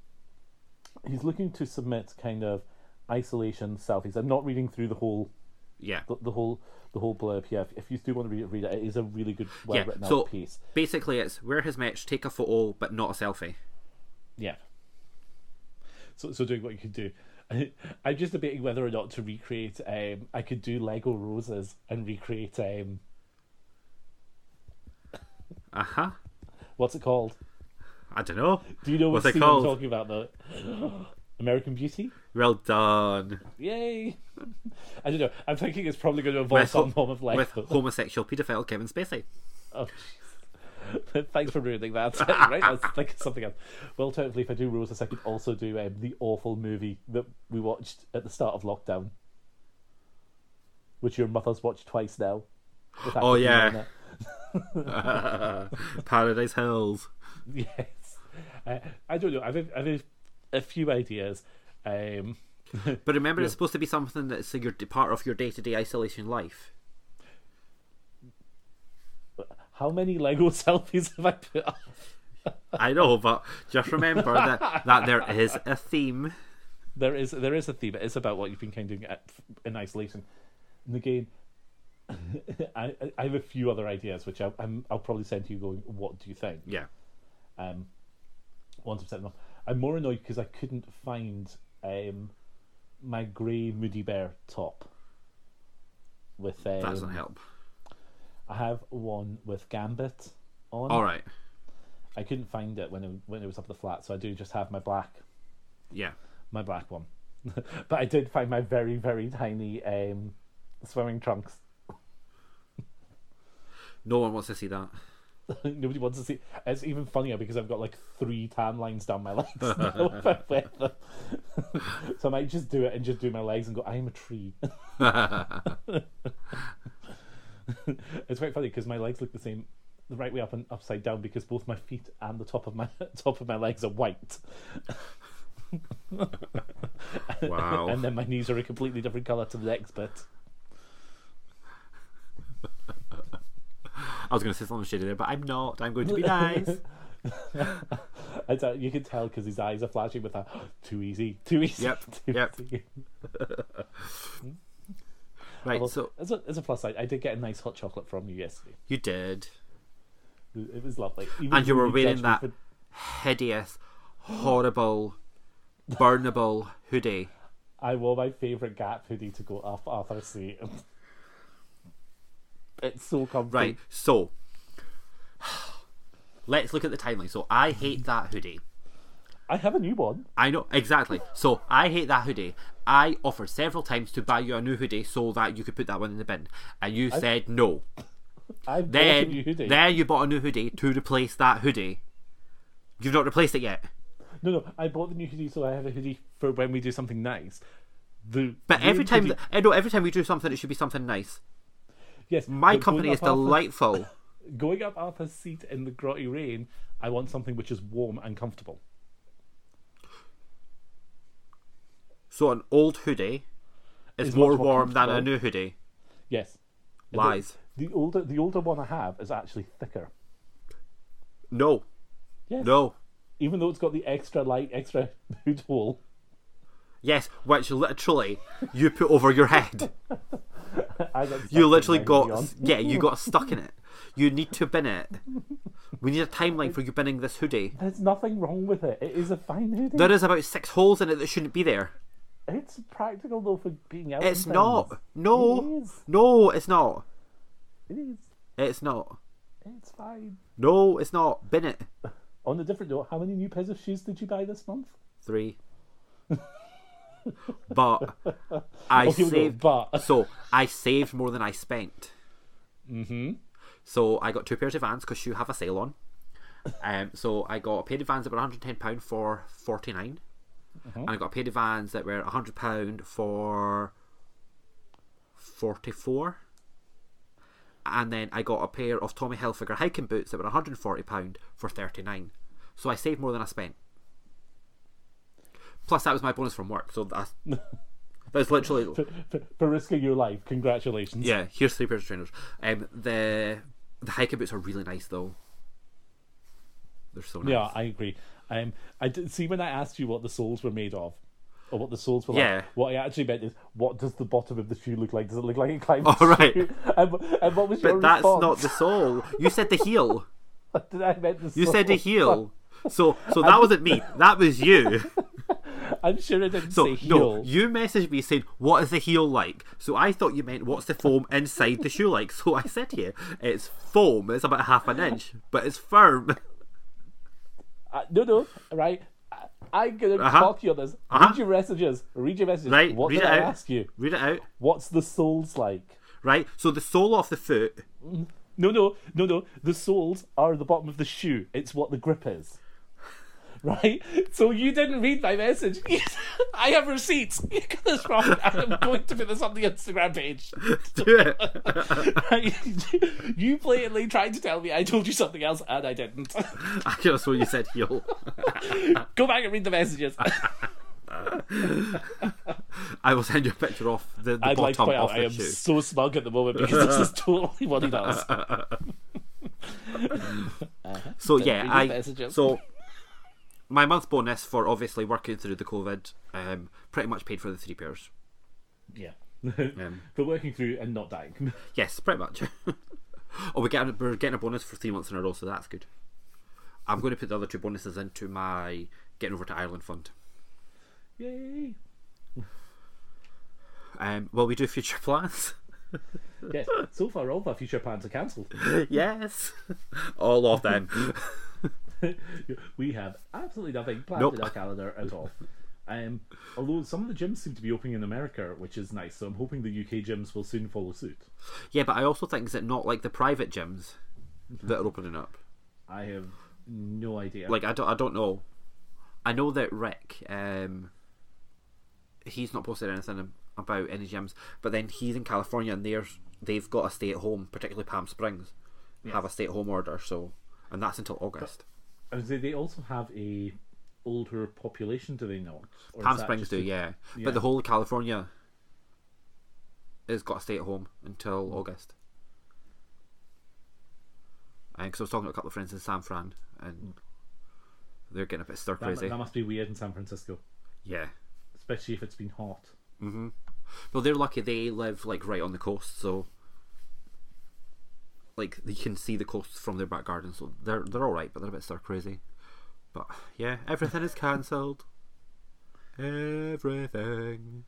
S1: he's looking to submit kind of isolation selfies. I'm not reading through the whole
S2: Yeah.
S1: the, the whole the whole blurb here. If, if you do want to read it, read it. It is a really good, well
S2: Yeah.
S1: written
S2: So
S1: out piece.
S2: basically, it's wear his match, take a photo, but not a selfie.
S1: Yeah. So so doing what you could do. I'm just debating whether or not to recreate. Um, I could do Lego roses and recreate. Um,
S2: Uh huh.
S1: what's it called?
S2: I don't know.
S1: Do you know what
S2: What's it
S1: scene I'm
S2: called?
S1: talking about? though? American Beauty.
S2: Well done.
S1: Yay! I don't know. I'm thinking it's probably going to involve some form of
S2: with
S1: Lego.
S2: homosexual paedophile Kevin Spacey.
S1: Oh, jeez. Thanks for ruining that. right, I was thinking something else. Well, alternatively, if I do rules, I could also do um, the awful movie that we watched at the start of lockdown, which your mother's watched twice now. with
S2: Oh,
S1: Aquafina
S2: yeah.
S1: in it.
S2: Paradise Hills.
S1: yes. Uh, I don't know. I've a- I've a, a few ideas. Um,
S2: But remember, it's supposed to be something that's your part of your day to day isolation life.
S1: how many Lego selfies have I put up?
S2: I know, but just remember that, that there is a theme.
S1: there is there is a theme. It's about what you've been kind of doing at, in isolation. And again, I I have a few other ideas which I, I'm I'll probably send to you. Going, what do you think?
S2: Yeah.
S1: Um, once I've sent them, I'm more annoyed because I couldn't find um my grey moody bear top. With um,
S2: That doesn't help.
S1: I have one with Gambit on.
S2: All right.
S1: I couldn't find it when it, when it was up at the flat, so I do just have my black
S2: Yeah.
S1: my black one. but I did find my very, very tiny um, swimming trunks.
S2: No one wants to see that.
S1: Nobody wants to see. It's even funnier because I've got like three tan lines down my legs. now if I wear them. so I might just do it and just do my legs and go. I am a tree. it's quite funny because my legs look the same, the right way up and upside down because both my feet and the top of my top of my legs are white,
S2: Wow.
S1: and then my knees are a completely different color to the next bit.
S2: I was going to say something shitty there, but I'm not. I'm going to be nice.
S1: It's, uh, you can tell because his eyes are flashing with that. too easy, too easy.
S2: Yep,
S1: too
S2: yep.
S1: easy."
S2: Right.
S1: Well,
S2: So
S1: as a, as a plus side, I did get a nice hot chocolate from you yesterday.
S2: you did.
S1: It was lovely. Even
S2: And you
S1: though
S2: were wearing
S1: judged me
S2: that
S1: for-
S2: hideous, horrible, burnable hoodie.
S1: I wore my favourite Gap hoodie to go up Arthur's seat. It's so comfy.
S2: Right. So let's look at the timeline. So I hate that hoodie.
S1: I have a new one.
S2: I know exactly. So I hate that hoodie. I offered several times to buy you a new hoodie so that you could put that one in the bin, and you said no.
S1: I've bought a new
S2: Then,
S1: hoodie.
S2: then you bought a new hoodie to replace that hoodie. You've not replaced it yet.
S1: No, no, I bought the new hoodie, so I have a hoodie for when we do something nice. The
S2: But
S1: green
S2: every time,
S1: hoodie-
S2: I know every time we do something, it should be something nice.
S1: yes, but
S2: My
S1: going
S2: company
S1: up
S2: is
S1: Arthur's-
S2: delightful.
S1: Going up Arthur's seat in the grotty rain, I want something which is warm and comfortable.
S2: So an old hoodie is
S1: Is
S2: more
S1: much more
S2: warm than a
S1: comfortable.
S2: new hoodie.
S1: Yes. And the-
S2: Lies.
S1: The older the older one I have is actually thicker.
S2: No,
S1: Yes.
S2: no.
S1: Even though it's got the extra light, extra hood hole.
S2: Yes, which literally you put over your head.
S1: I got
S2: You literally
S1: stuck with my
S2: got
S1: hoodie on.
S2: yeah, you got stuck in it. You need to bin it. We need a timeline for you binning this hoodie.
S1: There's nothing wrong with it. It is a fine hoodie.
S2: There is about six holes in it that shouldn't be there.
S1: It's practical though for being out.
S2: It's
S1: in
S2: not. Oh.
S1: things.
S2: No,
S1: It is.
S2: no, it's not.
S1: It is.
S2: It's not.
S1: It's fine.
S2: No, it's not. Bin it.
S1: On a different note, how many new pairs of shoes did you buy this month?
S2: Three. but I
S1: Okay, we'll Oh, go
S2: saved.
S1: but.
S2: so I saved more than I spent. Mm-hmm. So I got two pairs of Vans because you have a sale on. Um, so I got a pair of Vans that were 110 pound for 49, and I got a pair of Vans that were 100 pound for 44. And then I got a pair of Tommy Hilfiger hiking boots that were 140 pound for 39. So I saved more than I spent. Plus that was my bonus from work. So that's that's literally
S1: For, for risking your life, congratulations.
S2: yeah, here's three pairs of trainers. Um, the the hiking boots are really nice though. They're so nice.
S1: Yeah, I agree. Um, I did, see when I asked you what the soles were made of, or what the soles were
S2: Yeah.
S1: like. What I actually meant is, what does the bottom of the shoe look like? Does it look like it climbs?
S2: Oh,
S1: the
S2: right.
S1: shoe? And, wh- and what was your
S2: but that's
S1: response?
S2: not the sole. You said the heel.
S1: Did I meant the
S2: You said the
S1: soles.
S2: heel. So so that wasn't me. That was you.
S1: I'm sure I didn't
S2: So
S1: say
S2: no,
S1: heel.
S2: you messaged me saying what is the heel like. So I thought you meant what's the foam inside the shoe like. So I said to you, it's foam. It's about half an inch, but it's firm.
S1: Uh, no, no, right. I, I'm gonna
S2: Uh-huh.
S1: talk to you on this.
S2: Uh-huh.
S1: Read your messages. Read your messages.
S2: Right,
S1: what
S2: read
S1: did
S2: it
S1: I
S2: out.
S1: ask you?
S2: Read it out.
S1: What's the soles like?
S2: Right. So the sole off the foot.
S1: No, no, no, no. The soles are the bottom of the shoe. It's what the grip is. Right? So you didn't read my message. I have receipts. You got this wrong. I'm going to put this on the Instagram page.
S2: Do it.
S1: Right? you blatantly tried to tell me I told you something else and I didn't.
S2: I just what you said heel.
S1: Go back and read the messages.
S2: I will send you a picture off the, the
S1: I'd like to
S2: bottom
S1: point
S2: of
S1: out I
S2: the
S1: am
S2: shoe.
S1: so smug at the moment because this is totally what he does.
S2: So yeah,
S1: read your
S2: I
S1: messages.
S2: so my month's bonus for obviously working through the COVID, um, pretty much paid for the three pairs.
S1: Yeah. For working through and not dying.
S2: Yes, pretty much. oh, we get we're getting a bonus for three months in a row, so that's good. I'm going to put the other two bonuses into my getting over to Ireland fund.
S1: Yay.
S2: Um, will we do future plans?
S1: Yes. So far, all of our future plans are cancelled.
S2: yes, all of them.
S1: we have absolutely nothing planned
S2: Nope.
S1: in our calendar at all. Um, although some of the gyms seem to be opening in America, which is nice, so I'm hoping the UK gyms will soon follow suit.
S2: yeah, but I also think is it not like the private gyms that are opening up.
S1: I have no idea.
S2: like I don't, I don't know. I know that Rick, um, he's not posted anything about any gyms, but then he's in California and they're they've got a stay at home, particularly Palm Springs, have a stay at home order. So, and that's until August.
S1: I would say they also have a older population, do they not? Or is
S2: Palm
S1: that
S2: Springs
S1: just
S2: do,
S1: a-
S2: yeah.
S1: yeah.
S2: but the whole of California has got a stay at home until
S1: Mm.
S2: August. Because I was talking to a couple of friends in San Fran, and they're getting a bit stir
S1: Mm. That, mu-
S2: crazy.
S1: that must be weird in San Francisco,
S2: Yeah.
S1: especially if it's been hot.
S2: Well, they're lucky they live like right on the coast, so like you can see the coast from their back garden. So they're they're all right, but they're a bit stir crazy. But yeah, everything is cancelled. Everything.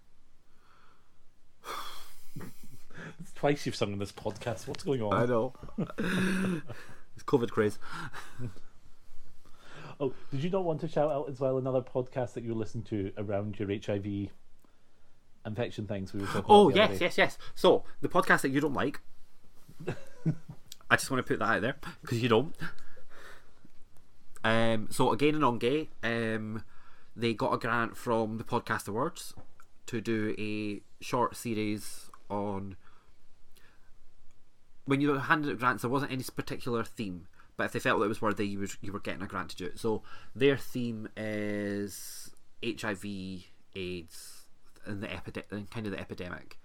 S1: It's twice you've sung in this podcast. What's going
S2: I
S1: on?
S2: know. it's COVID craze.
S1: Oh, did you not want to shout out as well another podcast that you listen to around your HIV infection things we were talking
S2: Oh
S1: about? the other
S2: yes,
S1: day?
S2: yes, yes. So the podcast that you don't like, I just want to put that out there because you don't. Um. So again and on gay, um, they got a grant from the podcast awards to do a short series on. When you were handed out grants, there wasn't any particular theme, but if they felt it was worthy, you were you were getting a grant to do it. So their theme is HIV, AIDS, and the epidemic, and kind of the epidemic.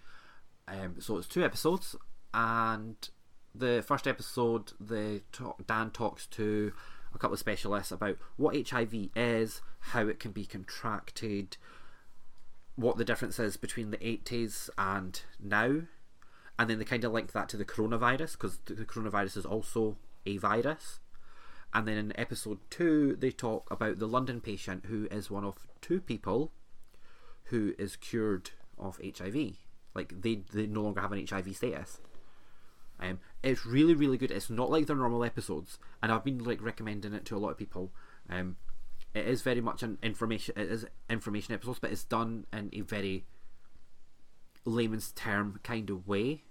S2: Um, so it's two episodes, and the first episode, the talk, Dan talks to a couple of specialists about what HIV is, how it can be contracted, what the difference is between the 80s and now, and then they kind of link that to the coronavirus because the the coronavirus is also a virus. And then in episode two, they talk about the London patient who is one of two people who is cured of HIV. Like they, they no longer have an HIV status. Um, it's really, really good. It's not like their normal episodes, and I've been like recommending it to a lot of people. Um, it is very much an information. It is information episodes, but it's done in a very layman's term kind of way.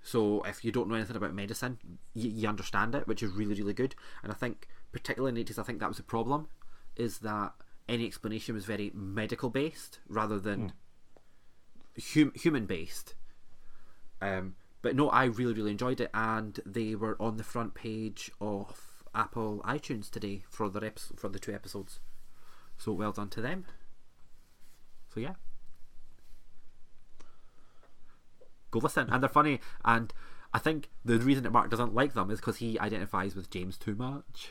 S2: So if you don't know anything about medicine, you, you understand it, which is really, really good. And I think, particularly in the 80s, I think that was the problem, is that any explanation was very medical based rather than hum- human based. Um, but no, I really, really enjoyed it, and they were on the front page of Apple iTunes today for their episode, for the two episodes. So well done to them. So yeah, go listen, and they're funny. And I think the reason that Mark doesn't like them is because he identifies with James too much.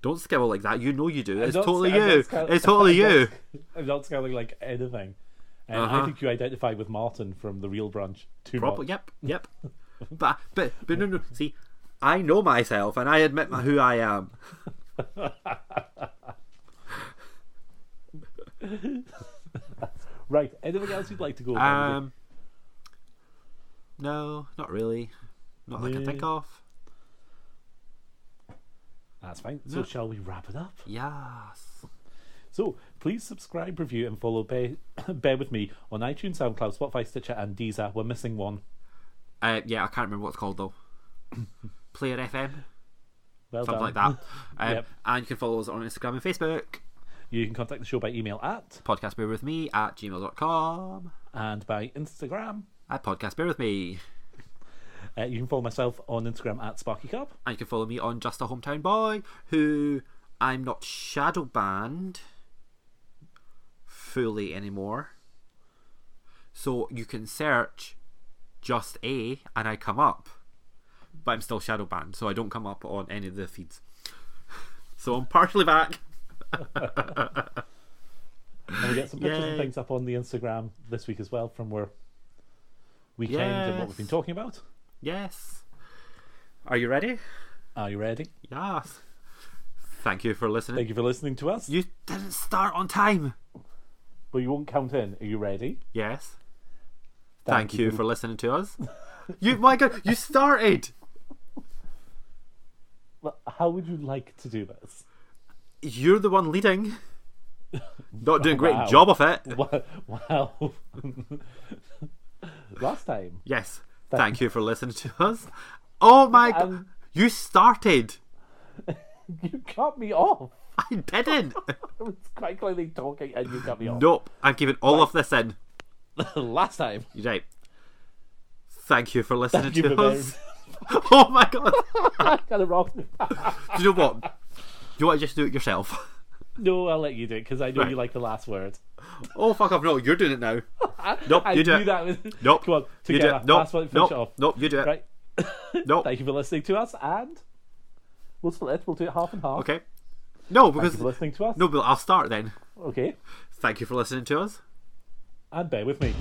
S2: Don't scowl like that. You know you do. It's
S1: not-
S2: totally
S1: I'm not
S2: you.
S1: scowl-
S2: It's totally
S1: I'm not-
S2: you.
S1: I'm not scaling like anything. And I
S2: Uh-huh.
S1: think you identify with Martin from the real branch too
S2: Probably.
S1: much.
S2: Yep. Yep. but but but no no. See, I know myself and I admit my, who I am.
S1: Right. Anything else you'd like to go over?
S2: Um. No, not really. Not that I can think
S1: Yeah.
S2: of.
S1: That's fine. So
S2: no.
S1: shall we wrap it up?
S2: Yes.
S1: So please subscribe, review, and follow Bear, Bear With Me on iTunes, SoundCloud, Spotify, Stitcher, and Deezer. We're missing one.
S2: Uh, yeah, I can't remember what it's called though. Player FM,
S1: Well done.
S2: something like that. Um,
S1: Yep.
S2: And you can follow us on Instagram and Facebook.
S1: You can contact the show by email at
S2: Podcast bear with me at gmail.com.
S1: and by Instagram.
S2: At podcast bear with me.
S1: Uh, you can follow myself on Instagram at Sparky Cup.
S2: And you can follow me on Just a Hometown Boy, who I'm not shadow banned fully anymore. So you can search Just A and I come up. But I'm still shadow banned, so I don't come up on any of the feeds. So I'm partially back.
S1: And we get some pictures and
S2: Yay.
S1: things up on the Instagram this week as well from where weekend and what we've been
S2: Yes.
S1: talking about.
S2: Yes. Are you ready?
S1: Are you ready?
S2: Yes. Thank you for listening.
S1: Thank you for listening to us.
S2: You didn't start on time.
S1: But you won't count in. Are you ready?
S2: Yes. Thank, you for listening to us. you, my God, you started.
S1: Well, How would you like to do this?
S2: You're the one leading. Not doing a great
S1: Wow.
S2: job of it.
S1: Wow. wow. Last time.
S2: Yes. Thank you for listening to us. Oh my God,
S1: Um,
S2: you started.
S1: You cut me off.
S2: I didn't.
S1: I was quite clearly talking and you cut me off.
S2: nope. I'm keeping all of this in.
S1: Last time.
S2: You're right. Thank you for listening
S1: you
S2: to
S1: for
S2: us. oh my God.
S1: Got it wrong.
S2: Do you know what? Do you want to just do it yourself?
S1: no, I'll let you do it because I know
S2: Right.
S1: you like the last word.
S2: Oh fuck off! No, you're doing it now. Nope,
S1: I
S2: you do
S1: knew
S2: it.
S1: that was-
S2: Nope.
S1: Come on,
S2: you do
S1: together.
S2: it. Nope.
S1: Last one, finish
S2: nope.
S1: it off.
S2: Nope. You do it.
S1: Right.
S2: Nope.
S1: Thank you for listening to us and we'll split it. We'll do it half and half.
S2: Okay. No,
S1: Thank
S2: because
S1: you for listening to us.
S2: no, but I'll start then.
S1: Okay.
S2: Thank you for listening to us.
S1: And bear with me.